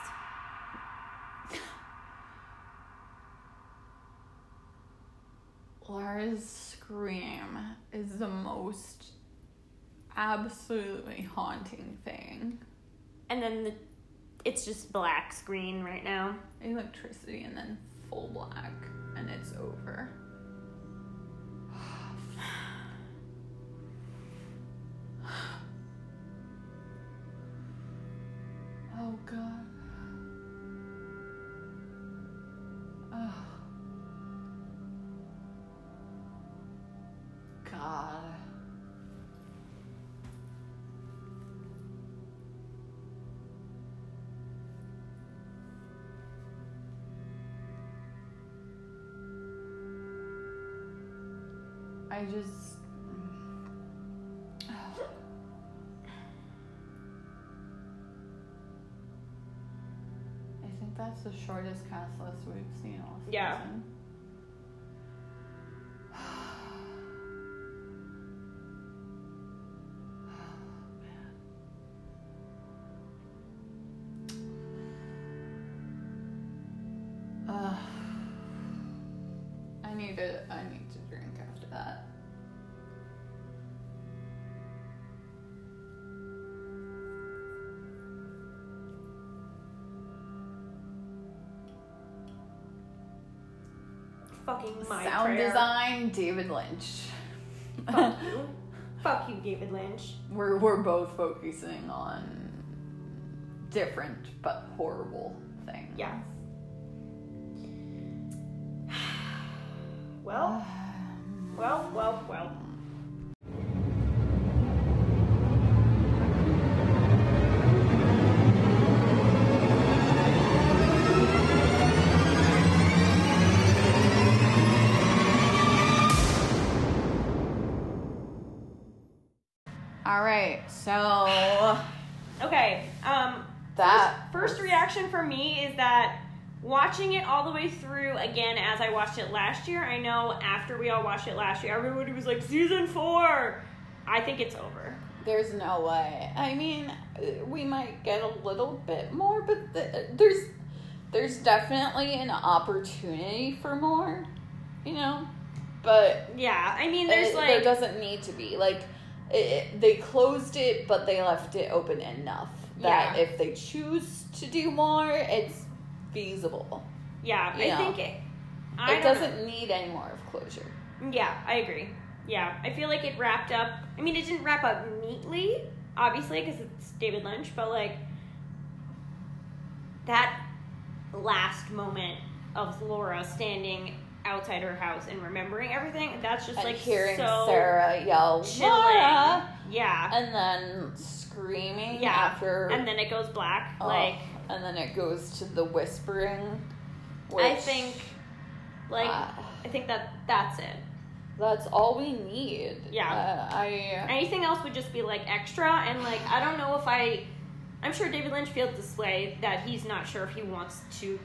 Speaker 2: Laura's scream is the most absolutely haunting thing.
Speaker 1: And then the, it's just black screen right now.
Speaker 2: Electricity and then full black, and it's over. [SIGHS] oh god. Oh. God. I just. I think that's the shortest cast list we've seen all season.
Speaker 1: Yeah.
Speaker 2: Ugh. I need to. I need to drink after that.
Speaker 1: Fucking my
Speaker 2: Sound
Speaker 1: prayer.
Speaker 2: design, David Lynch.
Speaker 1: Fuck you. Fuck you, David Lynch.
Speaker 2: we're we're both focusing on different but horrible things.
Speaker 1: Yeah.
Speaker 2: [SIGHS]
Speaker 1: Well, well, well, well.
Speaker 2: All right.
Speaker 1: [LAUGHS]
Speaker 2: So
Speaker 1: Okay. Um,
Speaker 2: that
Speaker 1: first reaction for me is that watching it all the way through again as I watched it last year, I know after we all watched it last year, everybody was like, season four. I think it's over.
Speaker 2: there's no way. I mean, uh, we might get a little bit more, but the, there's there's definitely an opportunity for more. You know, but
Speaker 1: Yeah. I mean, there's
Speaker 2: it-
Speaker 1: like,
Speaker 2: there doesn't need to be like it, it- they closed it but they left it open enough that
Speaker 1: Yeah.
Speaker 2: if they choose to do more it's feasible
Speaker 1: yeah,
Speaker 2: Yeah.
Speaker 1: I think it. I
Speaker 2: it
Speaker 1: don't know.
Speaker 2: doesn't need any more of closure
Speaker 1: Yeah, I agree. Yeah, I feel like it wrapped up. I mean, it didn't wrap up neatly, obviously, because it's David Lynch, but like that last moment of Laura standing outside her house and remembering everything, that's just
Speaker 2: and
Speaker 1: like
Speaker 2: hearing
Speaker 1: so
Speaker 2: sarah yell
Speaker 1: chilling.
Speaker 2: Laura,
Speaker 1: Yeah.
Speaker 2: and then screaming
Speaker 1: Yeah.
Speaker 2: after
Speaker 1: And then it goes black.
Speaker 2: oh,
Speaker 1: like,
Speaker 2: and then it goes to the whispering which,
Speaker 1: I think, like,
Speaker 2: uh,
Speaker 1: I think that that's it.
Speaker 2: that's all we need
Speaker 1: Yeah.
Speaker 2: Uh, i
Speaker 1: anything else would just be like extra and like i don't know if i i'm sure david lynch feels this way that he's not sure if he wants to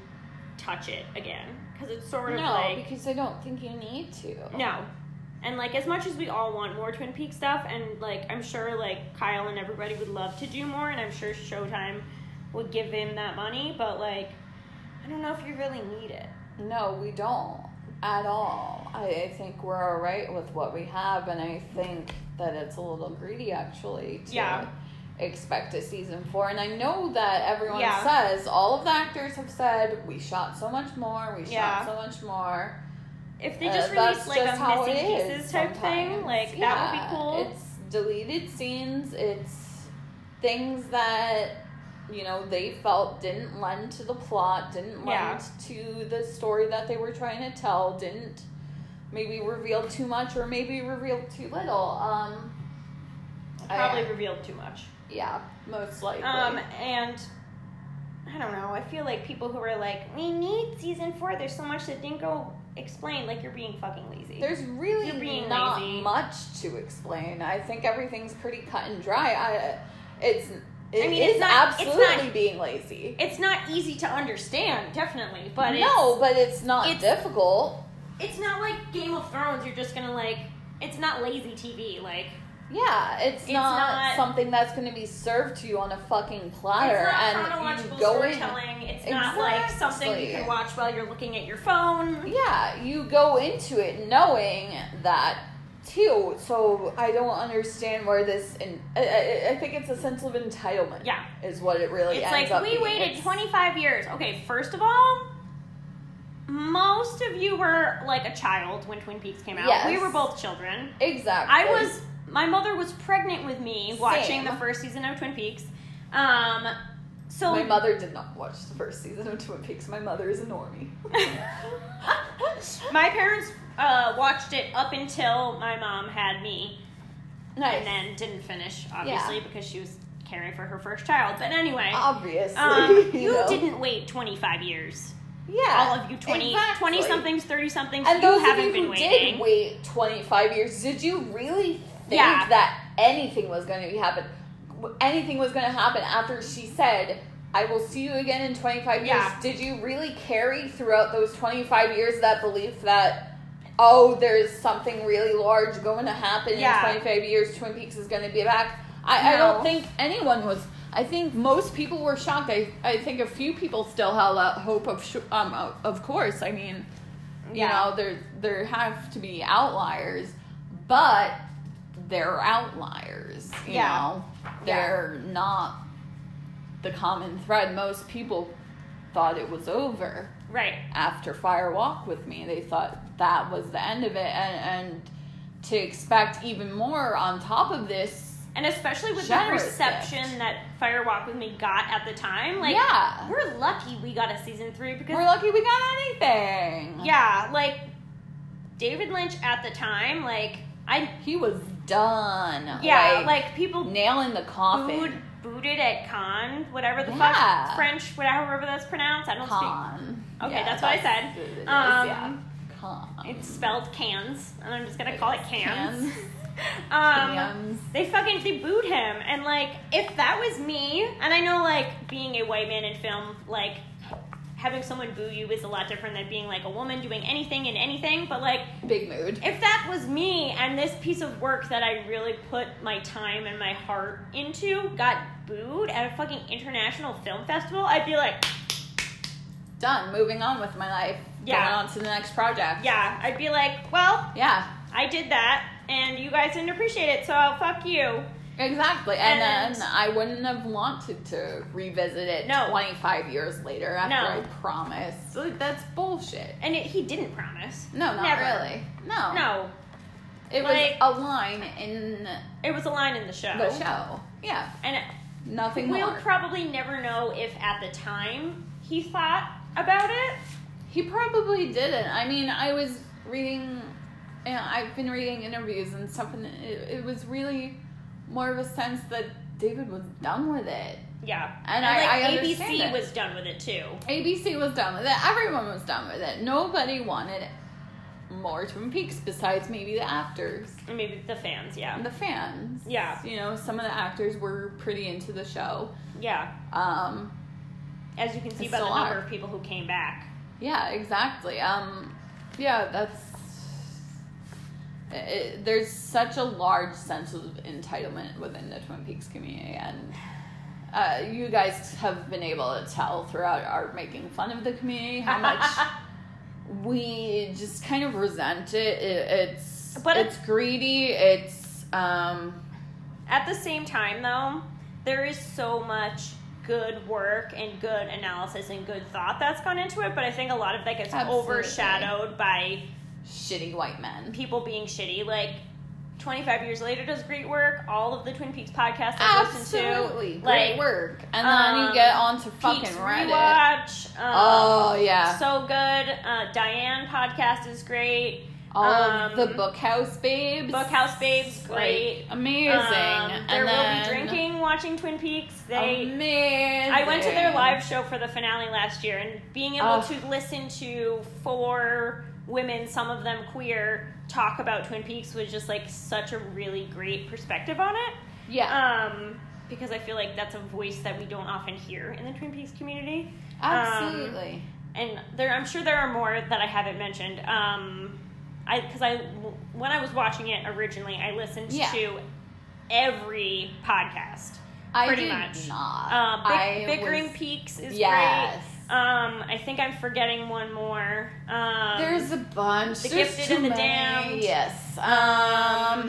Speaker 1: touch it again because it's sort of
Speaker 2: no
Speaker 1: like
Speaker 2: because i don't think you need to
Speaker 1: no and like as much as we all want more twin peaks stuff and like i'm sure like kyle and everybody would love to do more and i'm sure showtime would give him that money but like i don't know if you really need it
Speaker 2: No, we don't at all. I, I think we're all right with what we have, and I think that it's a little greedy actually to
Speaker 1: Yeah.
Speaker 2: expect a season four. And I know that everyone
Speaker 1: Yeah.
Speaker 2: says, all of the actors have said, we shot so much more, we
Speaker 1: Yeah.
Speaker 2: shot so much more.
Speaker 1: if they just
Speaker 2: Uh,
Speaker 1: release
Speaker 2: that's
Speaker 1: like
Speaker 2: just
Speaker 1: a
Speaker 2: how
Speaker 1: missing
Speaker 2: it is
Speaker 1: pieces type thing
Speaker 2: sometimes.
Speaker 1: like that would be
Speaker 2: Yeah,
Speaker 1: cool
Speaker 2: It's deleted scenes, it's things that you know they felt didn't lend to the plot didn't lend
Speaker 1: Yeah.
Speaker 2: to the story that they were trying to tell didn't maybe reveal too much or maybe reveal too little um I-
Speaker 1: Probably revealed too much.
Speaker 2: yeah most likely
Speaker 1: Um, and I don't know. I feel like people who are like, we need season four. There's so much that didn't go explained. Like you're being fucking lazy.
Speaker 2: There's really
Speaker 1: You're being
Speaker 2: not
Speaker 1: lazy.
Speaker 2: much to explain. I think everything's pretty cut and dry. I, it's it
Speaker 1: mean,
Speaker 2: is
Speaker 1: it's not- it's
Speaker 2: absolutely
Speaker 1: not-
Speaker 2: being lazy.
Speaker 1: it's not easy to understand, definitely, but
Speaker 2: no, but it's not
Speaker 1: it's-
Speaker 2: difficult.
Speaker 1: it's, it's not like Game of Thrones. You're just gonna like, it's not lazy TV. Like
Speaker 2: Yeah, it's,
Speaker 1: It's
Speaker 2: not,
Speaker 1: not-
Speaker 2: something that's going to be served to you on a fucking platter
Speaker 1: it's not
Speaker 2: and
Speaker 1: chronological
Speaker 2: you go in.
Speaker 1: storytelling. It's not like something you
Speaker 2: Exactly.
Speaker 1: can watch while you're looking at your phone.
Speaker 2: Yeah, you go into it knowing that too. So I don't understand where this. In, I, I, I think it's a sense of entitlement.
Speaker 1: Yeah.
Speaker 2: is what it really
Speaker 1: it's like
Speaker 2: ends up.
Speaker 1: we
Speaker 2: being.
Speaker 1: waited
Speaker 2: It's-
Speaker 1: 25 years okay first of all most of you were like a child when twin peaks came out
Speaker 2: Yes.
Speaker 1: we were both children
Speaker 2: Exactly.
Speaker 1: i was my mother was pregnant with me watching
Speaker 2: Same.
Speaker 1: the first season of twin peaks um so
Speaker 2: My mother did not watch the first season of Twin Peaks. My mother is a
Speaker 1: [LAUGHS]
Speaker 2: normie.
Speaker 1: [LAUGHS] my parents uh, watched it up until my mom had me
Speaker 2: nice.
Speaker 1: and then didn't finish obviously because she was caring for her first child but anyway
Speaker 2: Obviously, [LAUGHS]
Speaker 1: um, you
Speaker 2: know.
Speaker 1: didn't wait 25 years
Speaker 2: Yeah,
Speaker 1: all of you 20
Speaker 2: exactly.
Speaker 1: 20 somethings 30 somethings
Speaker 2: And
Speaker 1: you
Speaker 2: those
Speaker 1: haven't
Speaker 2: of you
Speaker 1: been
Speaker 2: who
Speaker 1: waiting
Speaker 2: did wait twenty five years, did you really think
Speaker 1: Yeah.
Speaker 2: that anything was going to be happen? Anything was going to happen after she said, "I will see you again in twenty five years."
Speaker 1: Yeah.
Speaker 2: Did you really carry throughout those twenty five years that belief that? Oh, there's something really large going to happen
Speaker 1: Yeah.
Speaker 2: in 25 years. Twin Peaks is going to be back. I,
Speaker 1: No.
Speaker 2: I don't think anyone was. I think most people were shocked. I, I think a few people still held out hope of sh- um of- of course. I mean, you
Speaker 1: Yeah.
Speaker 2: know, there there have to be outliers, but they're outliers. You
Speaker 1: Yeah.
Speaker 2: know, they're not the common thread. Most people thought it was over
Speaker 1: right
Speaker 2: after Fire Walk with Me. They thought that was the end of it, and, and to expect even more on top of this.
Speaker 1: and especially with the
Speaker 2: Shower
Speaker 1: reception
Speaker 2: effect.
Speaker 1: that firewalk with me got at the time like
Speaker 2: yeah,
Speaker 1: we're lucky we got a season three because
Speaker 2: we're lucky we got anything.
Speaker 1: yeah like david lynch at the time like i
Speaker 2: he was done.
Speaker 1: yeah like, people
Speaker 2: nailing the coffin.
Speaker 1: booed, booted at con whatever the
Speaker 2: Yeah.
Speaker 1: fuck french whatever that's pronounced i don't
Speaker 2: Con.
Speaker 1: Okay, that's what I said.
Speaker 2: it is,
Speaker 1: Um,
Speaker 2: yeah. Con.
Speaker 1: speak it's spelled cans and i'm just gonna call it cans, [LAUGHS]
Speaker 2: Cans.
Speaker 1: um
Speaker 2: Cans.
Speaker 1: They fucking they booed him, and like if that was me, and I know like being a white man in film, like having someone boo you is a lot different than being like a woman doing anything and anything. But like
Speaker 2: Big mood.
Speaker 1: if that was me, and this piece of work that I really put my time and my heart into got booed at a fucking international film festival, I'd be like,
Speaker 2: Done. Moving on with my life.
Speaker 1: Yeah.
Speaker 2: Going on to the next project.
Speaker 1: yeah, I'd be like, well,
Speaker 2: Yeah.
Speaker 1: I did that, and you guys didn't appreciate it, so fuck you.
Speaker 2: Exactly. And,
Speaker 1: And-
Speaker 2: then I wouldn't have wanted to revisit it
Speaker 1: No.
Speaker 2: 25 years later after
Speaker 1: No.
Speaker 2: I promised. So that's bullshit.
Speaker 1: And it, he didn't promise.
Speaker 2: No, not
Speaker 1: Never.
Speaker 2: really. No.
Speaker 1: No,
Speaker 2: It
Speaker 1: like- oh.
Speaker 2: was a line in
Speaker 1: it was a line in the show.
Speaker 2: the show. Yeah.
Speaker 1: And
Speaker 2: Nothing
Speaker 1: we'll
Speaker 2: more.
Speaker 1: probably never know if at the time he thought about it.
Speaker 2: He probably didn't. I mean, I was reading, you know, I've been reading interviews and stuff, and it, it was really more of a sense that David was done with it.
Speaker 1: Yeah.
Speaker 2: And I-
Speaker 1: like
Speaker 2: I
Speaker 1: ABC
Speaker 2: understand it.
Speaker 1: was done with it too.
Speaker 2: ABC was done with it. Everyone was done with it. Nobody wanted more Twin Peaks besides maybe the actors
Speaker 1: Or Maybe the fans, yeah.
Speaker 2: and the fans.
Speaker 1: Yeah.
Speaker 2: You know, some of the actors were pretty into the show.
Speaker 1: Yeah.
Speaker 2: Um,
Speaker 1: As you can see
Speaker 2: It's
Speaker 1: by the
Speaker 2: still
Speaker 1: number
Speaker 2: are.
Speaker 1: of people who came back.
Speaker 2: yeah, exactly. Um, yeah, that's. It, there's such a large sense of entitlement within the Twin Peaks community, and uh, you guys have been able to tell throughout our making fun of the community how [LAUGHS] much. we just kind of resent it. it it's
Speaker 1: But
Speaker 2: but it's greedy. It's um
Speaker 1: At the same time though, there is so much good work and good analysis and good thought that's gone into it, but I think a lot of that gets
Speaker 2: Absolutely.
Speaker 1: overshadowed by
Speaker 2: shitty white men.
Speaker 1: people being shitty. Like 25 years later does great work. All of the Twin Peaks podcasts I listen to.
Speaker 2: Absolutely. Great
Speaker 1: like,
Speaker 2: work. And then
Speaker 1: um,
Speaker 2: you get onto fucking
Speaker 1: Peaks
Speaker 2: Reddit.
Speaker 1: Rewatch. Um,
Speaker 2: Oh, yeah.
Speaker 1: So good. Uh, Diane podcast is great.
Speaker 2: All
Speaker 1: um,
Speaker 2: of the Bookhouse Babes.
Speaker 1: Bookhouse Babes, great.
Speaker 2: Like, amazing.
Speaker 1: Um, there
Speaker 2: and then,
Speaker 1: will be drinking, watching Twin Peaks. They.
Speaker 2: Amazing. Oh.
Speaker 1: I went to their live show for the finale last year, and being able
Speaker 2: Ugh.
Speaker 1: to listen to four women, some of them queer, talk about Twin Peaks was just like such a really great perspective on it.
Speaker 2: Yeah.
Speaker 1: Um, because I feel like that's a voice that we don't often hear in the Twin Peaks community.
Speaker 2: absolutely.
Speaker 1: and there I'm sure there are more that I haven't mentioned. Um, I because I when I was watching it originally, I listened
Speaker 2: Yeah.
Speaker 1: to every podcast.
Speaker 2: I
Speaker 1: pretty
Speaker 2: did
Speaker 1: much.
Speaker 2: not.
Speaker 1: Uh, Bick-
Speaker 2: I
Speaker 1: Bickering
Speaker 2: was-
Speaker 1: Peaks is
Speaker 2: Yes.
Speaker 1: great. Um, I think I'm forgetting one more. Um,
Speaker 2: There's a bunch.
Speaker 1: The
Speaker 2: There's
Speaker 1: Gifted
Speaker 2: too
Speaker 1: and the
Speaker 2: many.
Speaker 1: Damned.
Speaker 2: Yes. Um.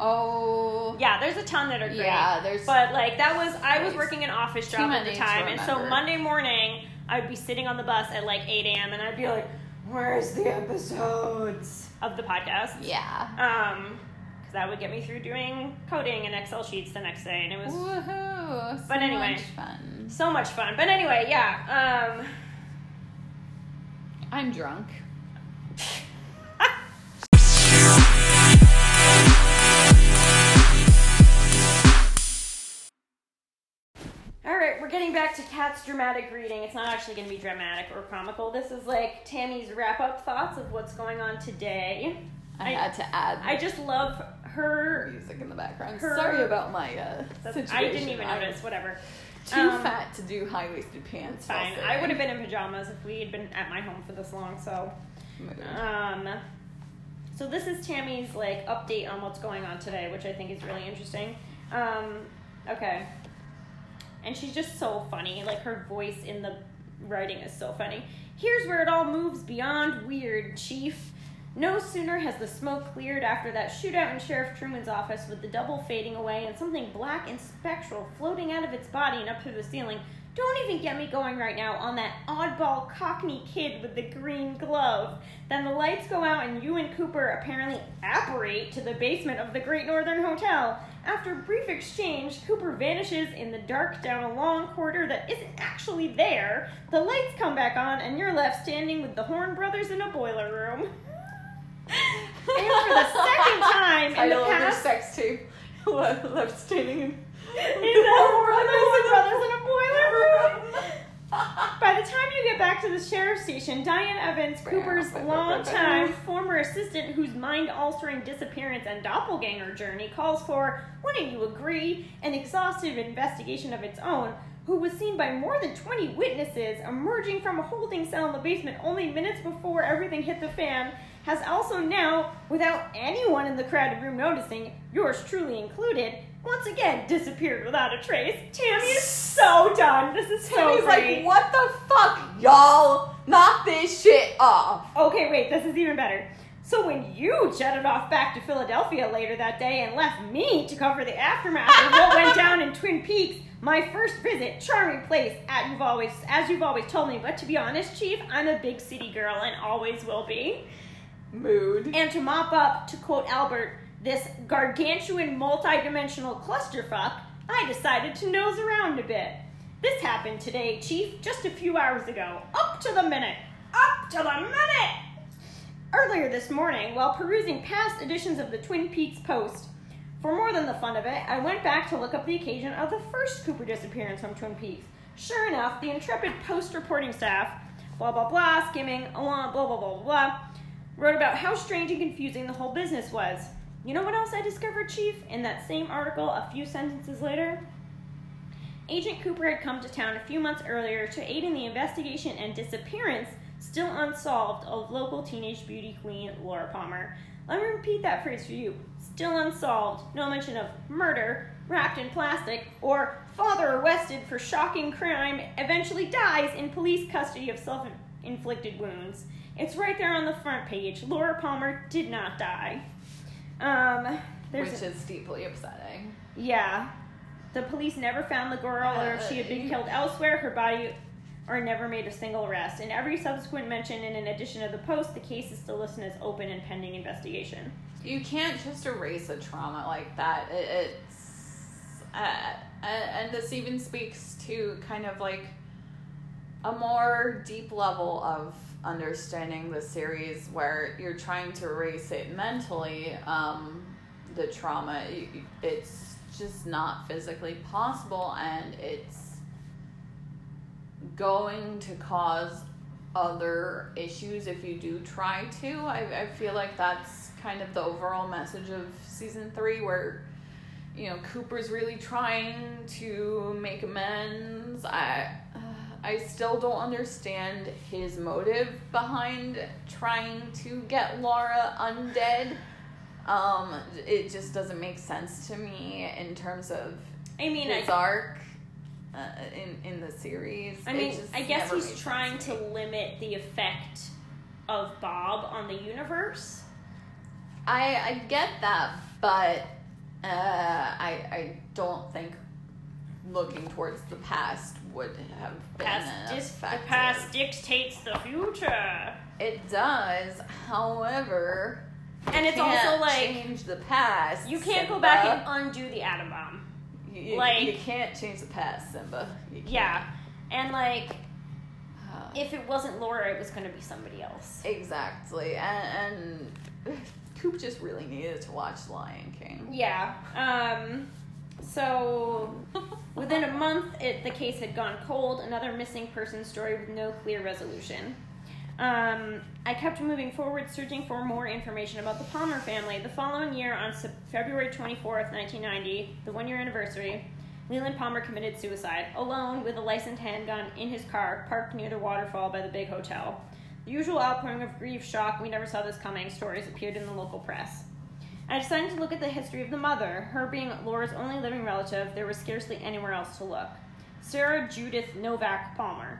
Speaker 2: Oh.
Speaker 1: yeah, there's a ton that are great.
Speaker 2: Yeah, there's-
Speaker 1: but like that was I was
Speaker 2: Christ.
Speaker 1: working an office
Speaker 2: Too
Speaker 1: job at
Speaker 2: many
Speaker 1: the
Speaker 2: to
Speaker 1: time, and so
Speaker 2: remember.
Speaker 1: Monday morning I would be sitting on the bus at like 8 a.m. and I'd be like, "Where's the episodes of the podcast?"
Speaker 2: Yeah.
Speaker 1: Um, because that would get me through doing coding and Excel sheets the next day, and it was
Speaker 2: Woohoo! So
Speaker 1: But anyway.
Speaker 2: much fun.
Speaker 1: so much fun. But anyway, yeah. Um,
Speaker 2: I'm drunk.
Speaker 1: all right, we're getting back to Kat's dramatic reading. It's not actually going to be dramatic or comical. This is like Tammy's wrap up thoughts of what's going on today.
Speaker 2: I,
Speaker 1: I-
Speaker 2: had to add
Speaker 1: I just love her.
Speaker 2: music in the background.
Speaker 1: her-
Speaker 2: Sorry about my uh,
Speaker 1: that's-
Speaker 2: situation.
Speaker 1: I didn't even
Speaker 2: I'm
Speaker 1: notice. Whatever.
Speaker 2: Too
Speaker 1: Um,
Speaker 2: fat to do high waisted pants. while
Speaker 1: Fine. I would have
Speaker 2: sitting.
Speaker 1: been in pajamas if we had been at my home for this long. So,
Speaker 2: Mood.
Speaker 1: um, so this is Tammy's like update on what's going on today, which I think is really interesting. Um, okay. And she's just so funny. Like her voice in the writing is so funny. Here's where it all moves beyond weird, Chief. No sooner has the smoke cleared after that shootout in Sheriff Truman's office with the double fading away and something black and spectral floating out of its body and up to the ceiling. Don't even get me going right now on that oddball cockney kid with the green glove. Then the lights go out and you and Cooper apparently apparate to the basement of the Great Northern Hotel. After a brief exchange, Cooper vanishes in the dark down a long corridor that isn't actually there. The lights come back on and you're left standing with the Horn brothers in a boiler room. [LAUGHS] and for the second time in the
Speaker 2: Title of your
Speaker 1: past
Speaker 2: sex tape. [LAUGHS] Left left standing. in- [LAUGHS]
Speaker 1: in the brothers and brothers in a boiler room. By the time you get back to the sheriff's station, Diane Evans, Cooper's longtime former assistant, whose mind-altering disappearance and doppelganger journey calls for, wouldn't you agree, an exhaustive investigation of its own. Who was seen by more than 20 witnesses emerging from a holding cell in the basement only minutes before everything hit the fan, has also now, without anyone in the crowded room noticing, yours truly included, once again disappeared without a trace. Tammy is so done. This is so
Speaker 2: And he's
Speaker 1: great.
Speaker 2: like, what the fuck, y'all? Knock this shit off.
Speaker 1: Okay, wait, this is even better. So when you jetted off back to Philadelphia later that day and left me to cover the aftermath of what went down in Twin Peaks, my first visit, charming place, at you've always as you've always told me, but to be honest, Chief, I'm a big city girl and always will be.
Speaker 2: Mood.
Speaker 1: And to mop up, to quote Albert, this gargantuan multidimensional clusterfuck, I decided to nose around a bit. This happened today, Chief, just a few hours ago. Up to the minute! Up to the minute! Earlier this morning, while perusing past editions of the Twin Peaks Post, for more than the fun of it, I went back to look up the occasion of the first Cooper disappearance from Twin Peaks. Sure enough, the intrepid Post reporting staff, blah blah blah, skimming, along, blah blah blah blah, blah, wrote about how strange and confusing the whole business was. You know what else I discovered, Chief? In that same article, a few sentences later, Agent Cooper had come to town a few months earlier to aid in the investigation and disappearance, still unsolved, of local teenage beauty queen Laura Palmer. Let me repeat that phrase for you still unsolved, no mention of murder, wrapped in plastic, or father arrested for shocking crime, eventually dies in police custody of self inflicted wounds. It's right there on the front page. Laura Palmer did not die. Um, there's
Speaker 2: Which
Speaker 1: a-
Speaker 2: is deeply upsetting. Uh,
Speaker 1: yeah. The police never found the girl, or if she had been killed elsewhere, her body or never made a single arrest. In every subsequent mention and in addition of the post, the case is still listed as open and pending investigation.
Speaker 2: You can't just erase a trauma like that. It, it's uh, a- and this even speaks to kind of like a more deep level of understanding the series where you're trying to erase it mentally. Um, the trauma, You- you- it's just not physically possible, and it's going to cause other issues if you do try to. I, I feel like that's kind of the overall message of season three, where you know Cooper's really trying to make amends. I I still don't understand his motive behind trying to get Laura undead. Um, it just doesn't make sense to me in terms of
Speaker 1: I mean, I,
Speaker 2: his arc uh, in in the series.
Speaker 1: I
Speaker 2: It
Speaker 1: mean,
Speaker 2: just
Speaker 1: I guess
Speaker 2: never
Speaker 1: he's
Speaker 2: made
Speaker 1: trying
Speaker 2: sense
Speaker 1: to limit the effect of Bob on the universe.
Speaker 2: I I get that, but uh, I I don't think looking towards the past would have been
Speaker 1: Past
Speaker 2: an
Speaker 1: dis- the
Speaker 2: effective-
Speaker 1: past dictates the future.
Speaker 2: It does, however,
Speaker 1: And it's
Speaker 2: can't
Speaker 1: also like
Speaker 2: change the past.
Speaker 1: you can't go
Speaker 2: Simba.
Speaker 1: back and undo the atom bomb.
Speaker 2: You- you,
Speaker 1: like-
Speaker 2: you can't change the past, Simba. You
Speaker 1: Yeah. And like
Speaker 2: can't. Uh,
Speaker 1: if it wasn't Laura, it was going to be somebody else.
Speaker 2: exactly, and, and [LAUGHS] Coop just really needed to watch Lion King.
Speaker 1: Yeah. Um so within a month it, the case had gone cold, another missing person story with no clear resolution. Um, I kept moving forward, searching for more information about the Palmer family. The following year, on Sep- February 24th, 1990, the one year anniversary, Leland Palmer committed suicide alone with a licensed handgun in his car parked near the waterfall by the big hotel. The usual outpouring of grief, shock, we never saw this coming stories appeared in the local press. I decided to look at the history of the mother. Her being Laura's only living relative, there was scarcely anywhere else to look. Sarah Judith Novak Palmer.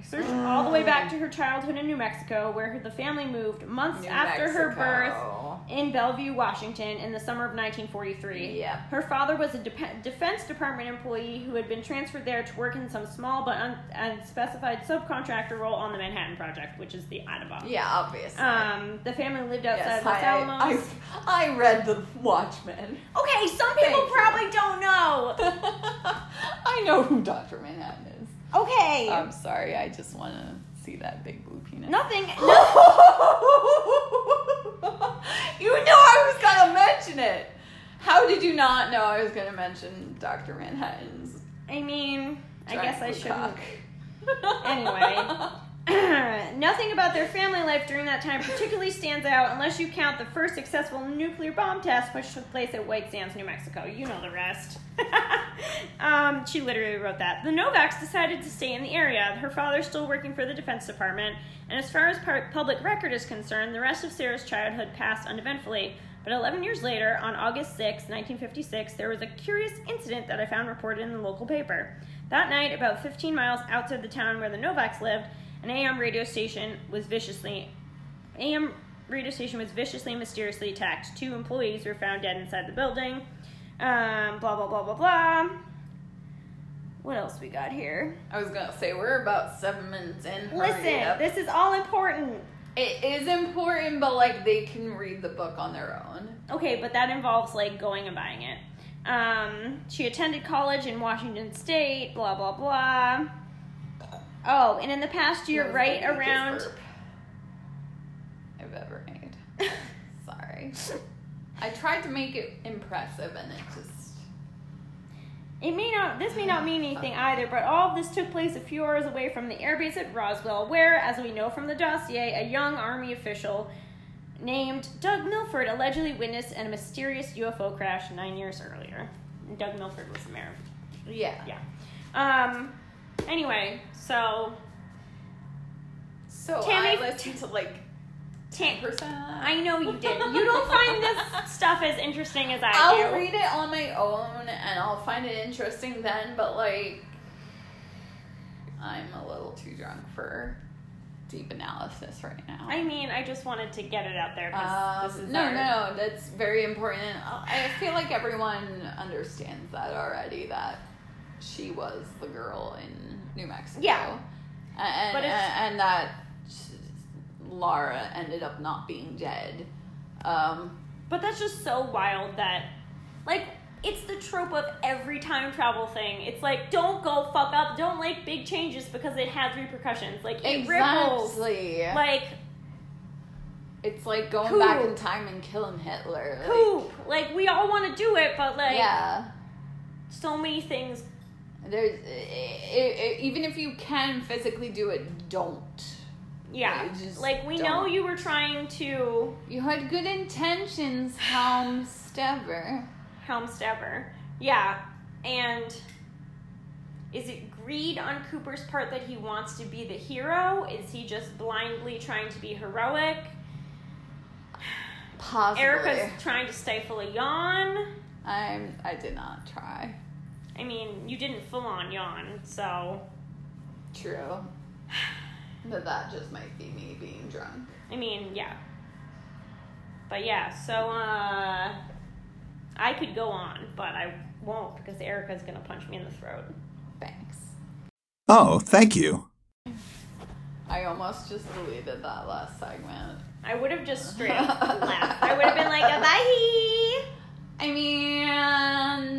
Speaker 1: I searched all the way back to her childhood in New Mexico, where the family moved months
Speaker 2: New
Speaker 1: after her birth
Speaker 2: Mexico.
Speaker 1: in Bellevue, Washington, in the summer of 1943.
Speaker 2: Yep.
Speaker 1: Her father was a dep Defense Department employee who had been transferred there to work in some small but un- unspecified subcontractor role on the Manhattan Project, which is the Autobahn.
Speaker 2: Yeah, obviously.
Speaker 1: Um, the family lived outside
Speaker 2: Yes,
Speaker 1: Los
Speaker 2: I,
Speaker 1: Alamos.
Speaker 2: I, I read The Watchmen. [LAUGHS]
Speaker 1: okay, some people
Speaker 2: Thank you.
Speaker 1: probably don't know.
Speaker 2: I know who Dr. Manhattan is.
Speaker 1: Okay.
Speaker 2: I'm sorry, I just want to see that big blue penis. [LAUGHS]
Speaker 1: Nothing.
Speaker 2: you knew
Speaker 1: No-
Speaker 2: I was going to mention it. How did you not know I was going to mention Dr. Manhattan's?
Speaker 1: I mean, I guess I
Speaker 2: giant blue
Speaker 1: shouldn't.
Speaker 2: cock?
Speaker 1: Anyway. [CLEARS THROAT] Nothing about their family life during that time particularly stands out unless you count the first successful nuclear bomb test, which took place at White Sands, New Mexico. You know the rest. [LAUGHS] um, she literally wrote that. The Novaks decided to stay in the area. Her father's still working for the Defense Department, and as far as par- public record is concerned, the rest of Sarah's childhood passed uneventfully. But 11 years later, on August 6, 1956, there was a curious incident that I found reported in the local paper. That night, about 15 miles outside the town where the Novaks lived, an AM radio station was viciously AM radio station was viciously and mysteriously attacked. Two employees were found dead inside the building. Um, blah blah blah blah blah. What else we got here?
Speaker 2: I was going to say, we're about seven minutes in. Hurry
Speaker 1: Listen,
Speaker 2: up.
Speaker 1: this is all important.
Speaker 2: it is important, but like they can read the book on their own.
Speaker 1: Okay, but that involves like going and buying it. Um, she attended college in Washington State. Blah blah blah. Oh, and in the past year,
Speaker 2: That was
Speaker 1: right
Speaker 2: the weakest
Speaker 1: around.
Speaker 2: burp I've ever made.
Speaker 1: [LAUGHS]
Speaker 2: Sorry. I tried to make it impressive and it just.
Speaker 1: It may not. This may not mean anything either, but all of this took place a few hours away from the airbase at Roswell, where, as we know from the dossier, a young army official named Doug Milford allegedly witnessed a mysterious UFO crash nine years earlier. Doug Milford was the mayor.
Speaker 2: Yeah.
Speaker 1: Yeah. Um. Anyway, so
Speaker 2: So
Speaker 1: Tammy-
Speaker 2: I listened to like
Speaker 1: Tam-
Speaker 2: 10%. I,
Speaker 1: I know you did. You
Speaker 2: [LAUGHS]
Speaker 1: don't find this stuff as interesting as I do.
Speaker 2: I'll read it on my own and I'll find it interesting then, but like. I'm a little too drunk for deep analysis right now.
Speaker 1: I mean, I just wanted to get it out there because this
Speaker 2: Um,
Speaker 1: is
Speaker 2: no,
Speaker 1: our-
Speaker 2: no, that's very important. I I feel like everyone understands that already. That she was the girl in New Mexico.
Speaker 1: Yeah.
Speaker 2: and,
Speaker 1: But
Speaker 2: and,
Speaker 1: if-
Speaker 2: and that Laura ended up not being dead. Um,
Speaker 1: But that's just so wild that, like, it's the trope of every time travel thing. It's like, don't go fuck up, don't make big changes because it has repercussions. Like, it ripples.
Speaker 2: exactly.
Speaker 1: Like,
Speaker 2: it's like going
Speaker 1: Cool.
Speaker 2: back in time and killing Hitler. like-
Speaker 1: poop. Like, we all want to do it, but, like,
Speaker 2: yeah.
Speaker 1: so many things.
Speaker 2: There's i i i even if you can physically do it, don't.
Speaker 1: Yeah.
Speaker 2: You just
Speaker 1: Like, we
Speaker 2: don't.
Speaker 1: know you were trying to
Speaker 2: You had good intentions, Helmstever.
Speaker 1: Helmstever. Yeah. And is it greed on Cooper's part that he wants to be the hero? Is he just blindly trying to be heroic?
Speaker 2: Possibly.
Speaker 1: Erica's trying to stifle a yawn.
Speaker 2: I'm. I did not try.
Speaker 1: I mean, you didn't full on yawn, so
Speaker 2: True. But that just might be me being drunk.
Speaker 1: I mean, yeah. But yeah, so uh I could go on, but I won't because Erica's gonna punch me in the throat.
Speaker 2: Thanks.
Speaker 3: Oh, thank you.
Speaker 2: I almost just deleted that last segment.
Speaker 1: I would have just
Speaker 2: [LAUGHS]
Speaker 1: straight up laughed. I would have been like, bye.
Speaker 2: I mean,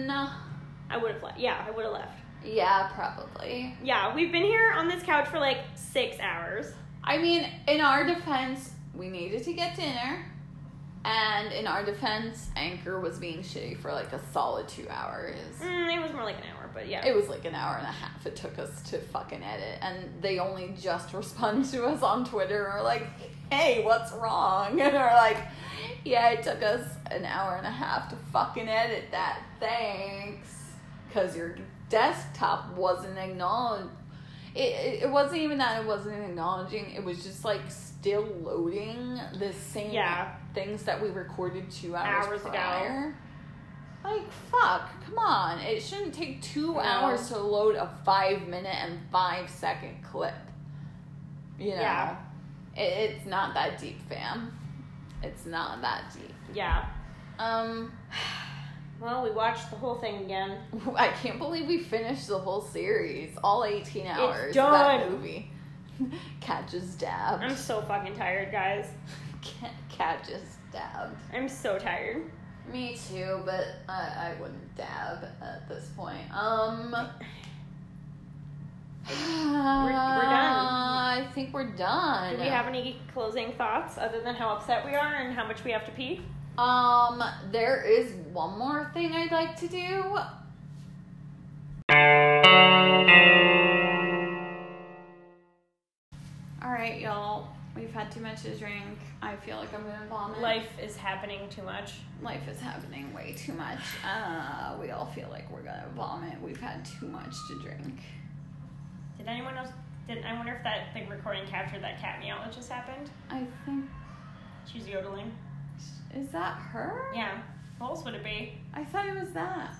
Speaker 1: I would have left. Yeah, I would have left.
Speaker 2: yeah, probably.
Speaker 1: Yeah, we've been here on this couch for like six hours.
Speaker 2: I mean, in our defense, we needed to get dinner. And in our defense, Anchor was being shitty for like a solid two hours.
Speaker 1: Mm, it was more like an hour, but yeah.
Speaker 2: It was like an hour and a half it took us to fucking edit. And they only just respond to us on Twitter and are like, hey, what's wrong? [LAUGHS] And we're like, yeah, it took us an hour and a half to fucking edit that. Thanks. Because your desktop wasn't acknowledged. It, it, it wasn't even that it wasn't acknowledging, it was just like still loading the same
Speaker 1: Yeah.
Speaker 2: things that we recorded two hours,
Speaker 1: Hours ago.
Speaker 2: prior. Like, fuck, come on. It shouldn't take two
Speaker 1: No.
Speaker 2: hours to load a five minute and five second clip. You know?
Speaker 1: Yeah.
Speaker 2: It, it's not that deep, fam. It's not that deep.
Speaker 1: yeah.
Speaker 2: Um, [SIGHS]
Speaker 1: Well, we watched the whole thing again.
Speaker 2: I can't believe we finished the whole series, all 18 hours. of That
Speaker 1: done.
Speaker 2: movie. [LAUGHS] Catches dabbed.
Speaker 1: I'm so fucking tired, guys.
Speaker 2: Catches dabbed.
Speaker 1: I'm so tired.
Speaker 2: Me too, but I, I wouldn't dab at this point. Um,
Speaker 1: done.
Speaker 2: [SIGHS] I think we're done.
Speaker 1: Do we have any closing thoughts other than how upset we are and how much we have to pee?
Speaker 2: Um, there is one more thing I'd like to do. All right, y'all. We've had too much to drink. I feel like I'm gonna vomit.
Speaker 1: Life is happening too much.
Speaker 2: life is happening way too much. Uh, we all feel like we're gonna vomit. We've had too much to drink.
Speaker 1: Did anyone else? Did I wonder if that big recording captured that cat meow that just happened?
Speaker 2: I think
Speaker 1: She's yodeling.
Speaker 2: is that her?
Speaker 1: Yeah. What else would it be?
Speaker 2: I thought it was that.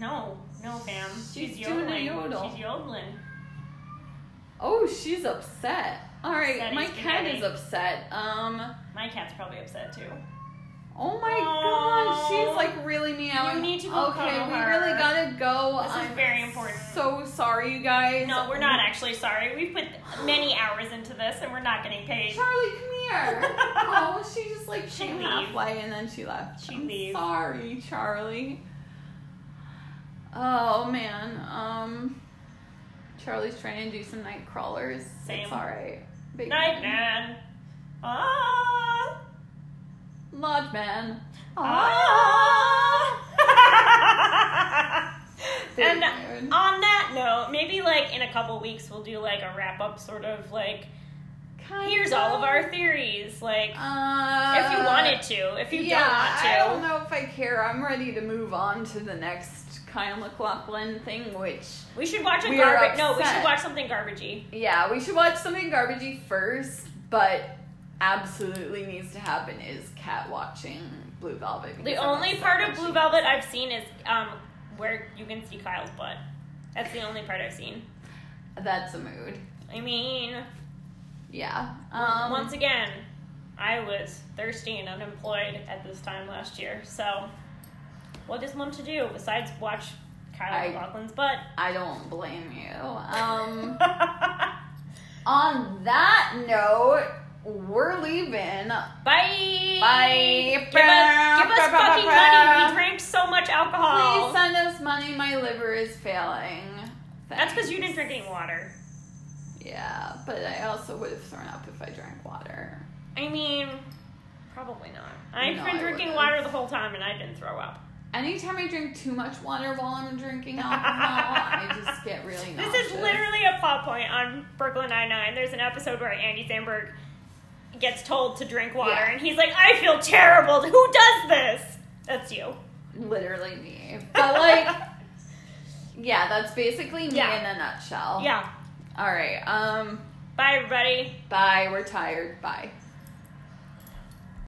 Speaker 1: No, no, fam. She's,
Speaker 2: She's doing
Speaker 1: yodeling.
Speaker 2: a yodel.
Speaker 1: She's yodeling.
Speaker 2: Oh, she's upset. All right,
Speaker 1: Upsetty
Speaker 2: my cat
Speaker 1: spaghetti.
Speaker 2: is upset. Um.
Speaker 1: My cat's probably upset too.
Speaker 2: Oh my
Speaker 1: Aw.
Speaker 2: god, she's like really meowing.
Speaker 1: You need to go
Speaker 2: Okay,
Speaker 1: cuddle
Speaker 2: we
Speaker 1: her.
Speaker 2: really gotta go.
Speaker 1: This is
Speaker 2: I'm
Speaker 1: very important.
Speaker 2: So sorry, you guys.
Speaker 1: No, we're not actually sorry. We've put many hours into this and we're not getting paid.
Speaker 2: Charlie, come here.
Speaker 1: [LAUGHS]
Speaker 2: oh, she just like
Speaker 1: She
Speaker 2: came
Speaker 1: leave.
Speaker 2: halfway and then she left.
Speaker 1: She
Speaker 2: I'm
Speaker 1: leave.
Speaker 2: Sorry, Charlie. Oh man. Um, Charlie's trying to do some night crawlers.
Speaker 1: Same.
Speaker 2: It's all right. Big
Speaker 1: Night,
Speaker 2: man.
Speaker 1: man. Ah.
Speaker 2: Lodge man.
Speaker 1: Ah. [LAUGHS] and
Speaker 2: Dude.
Speaker 1: on that note, maybe like in a couple weeks we'll do like a wrap up sort of like
Speaker 2: Kind
Speaker 1: here's all of our theories. Like
Speaker 2: Uh,
Speaker 1: if you wanted to, if you
Speaker 2: yeah, I
Speaker 1: don't want
Speaker 2: don't
Speaker 1: to.
Speaker 2: know if I care. I'm ready to move on to the next Kyle McLaughlin thing, which
Speaker 1: We should watch a
Speaker 2: We are
Speaker 1: garbage. No, we should
Speaker 2: upset.
Speaker 1: watch something garbagey.
Speaker 2: yeah, we should watch something garbagey first, but absolutely needs to happen is cat watching Blue Velvet.
Speaker 1: The
Speaker 2: because I'm
Speaker 1: only
Speaker 2: upset
Speaker 1: part
Speaker 2: that
Speaker 1: of
Speaker 2: she-
Speaker 1: Blue Velvet I've seen is um where you can see Kyle's butt. That's the only part I've seen.
Speaker 2: That's a mood.
Speaker 1: I mean,
Speaker 2: Yeah. Um,
Speaker 1: once again, I was thirsty and unemployed at this time last year. So, what is one to do besides watch Kyle
Speaker 2: I-
Speaker 1: McLaughlin's butt.
Speaker 2: I don't blame you. [LAUGHS] Um, on that note, we're leaving.
Speaker 1: Bye.
Speaker 2: Bye.
Speaker 1: Give us, give us fucking money. We drank so much
Speaker 2: Please uh,
Speaker 1: alcohol.
Speaker 2: send us money. My liver is failing.
Speaker 1: That's because
Speaker 2: Thanks.
Speaker 1: you didn't drink any water.
Speaker 2: Yeah, but I also would have thrown up if I drank water.
Speaker 1: I mean, probably not. I've
Speaker 2: No,
Speaker 1: been
Speaker 2: I
Speaker 1: drinking
Speaker 2: wouldn't.
Speaker 1: water the whole time and I didn't throw up.
Speaker 2: Anytime I drink too much water while
Speaker 1: [LAUGHS]
Speaker 2: I'm drinking alcohol, I just get really nauseous.
Speaker 1: This is literally a plot point on Brooklyn Nine-Nine. There's an episode where Andy Samberg gets told to drink water,
Speaker 2: Yeah.
Speaker 1: and he's like, I feel terrible. Who does this? That's you.
Speaker 2: literally me. But like, yeah, that's basically me
Speaker 1: Yeah.
Speaker 2: in a nutshell.
Speaker 1: [LAUGHS] yeah.
Speaker 2: All right. Um.
Speaker 1: Bye, everybody.
Speaker 2: Bye. We're tired. Bye.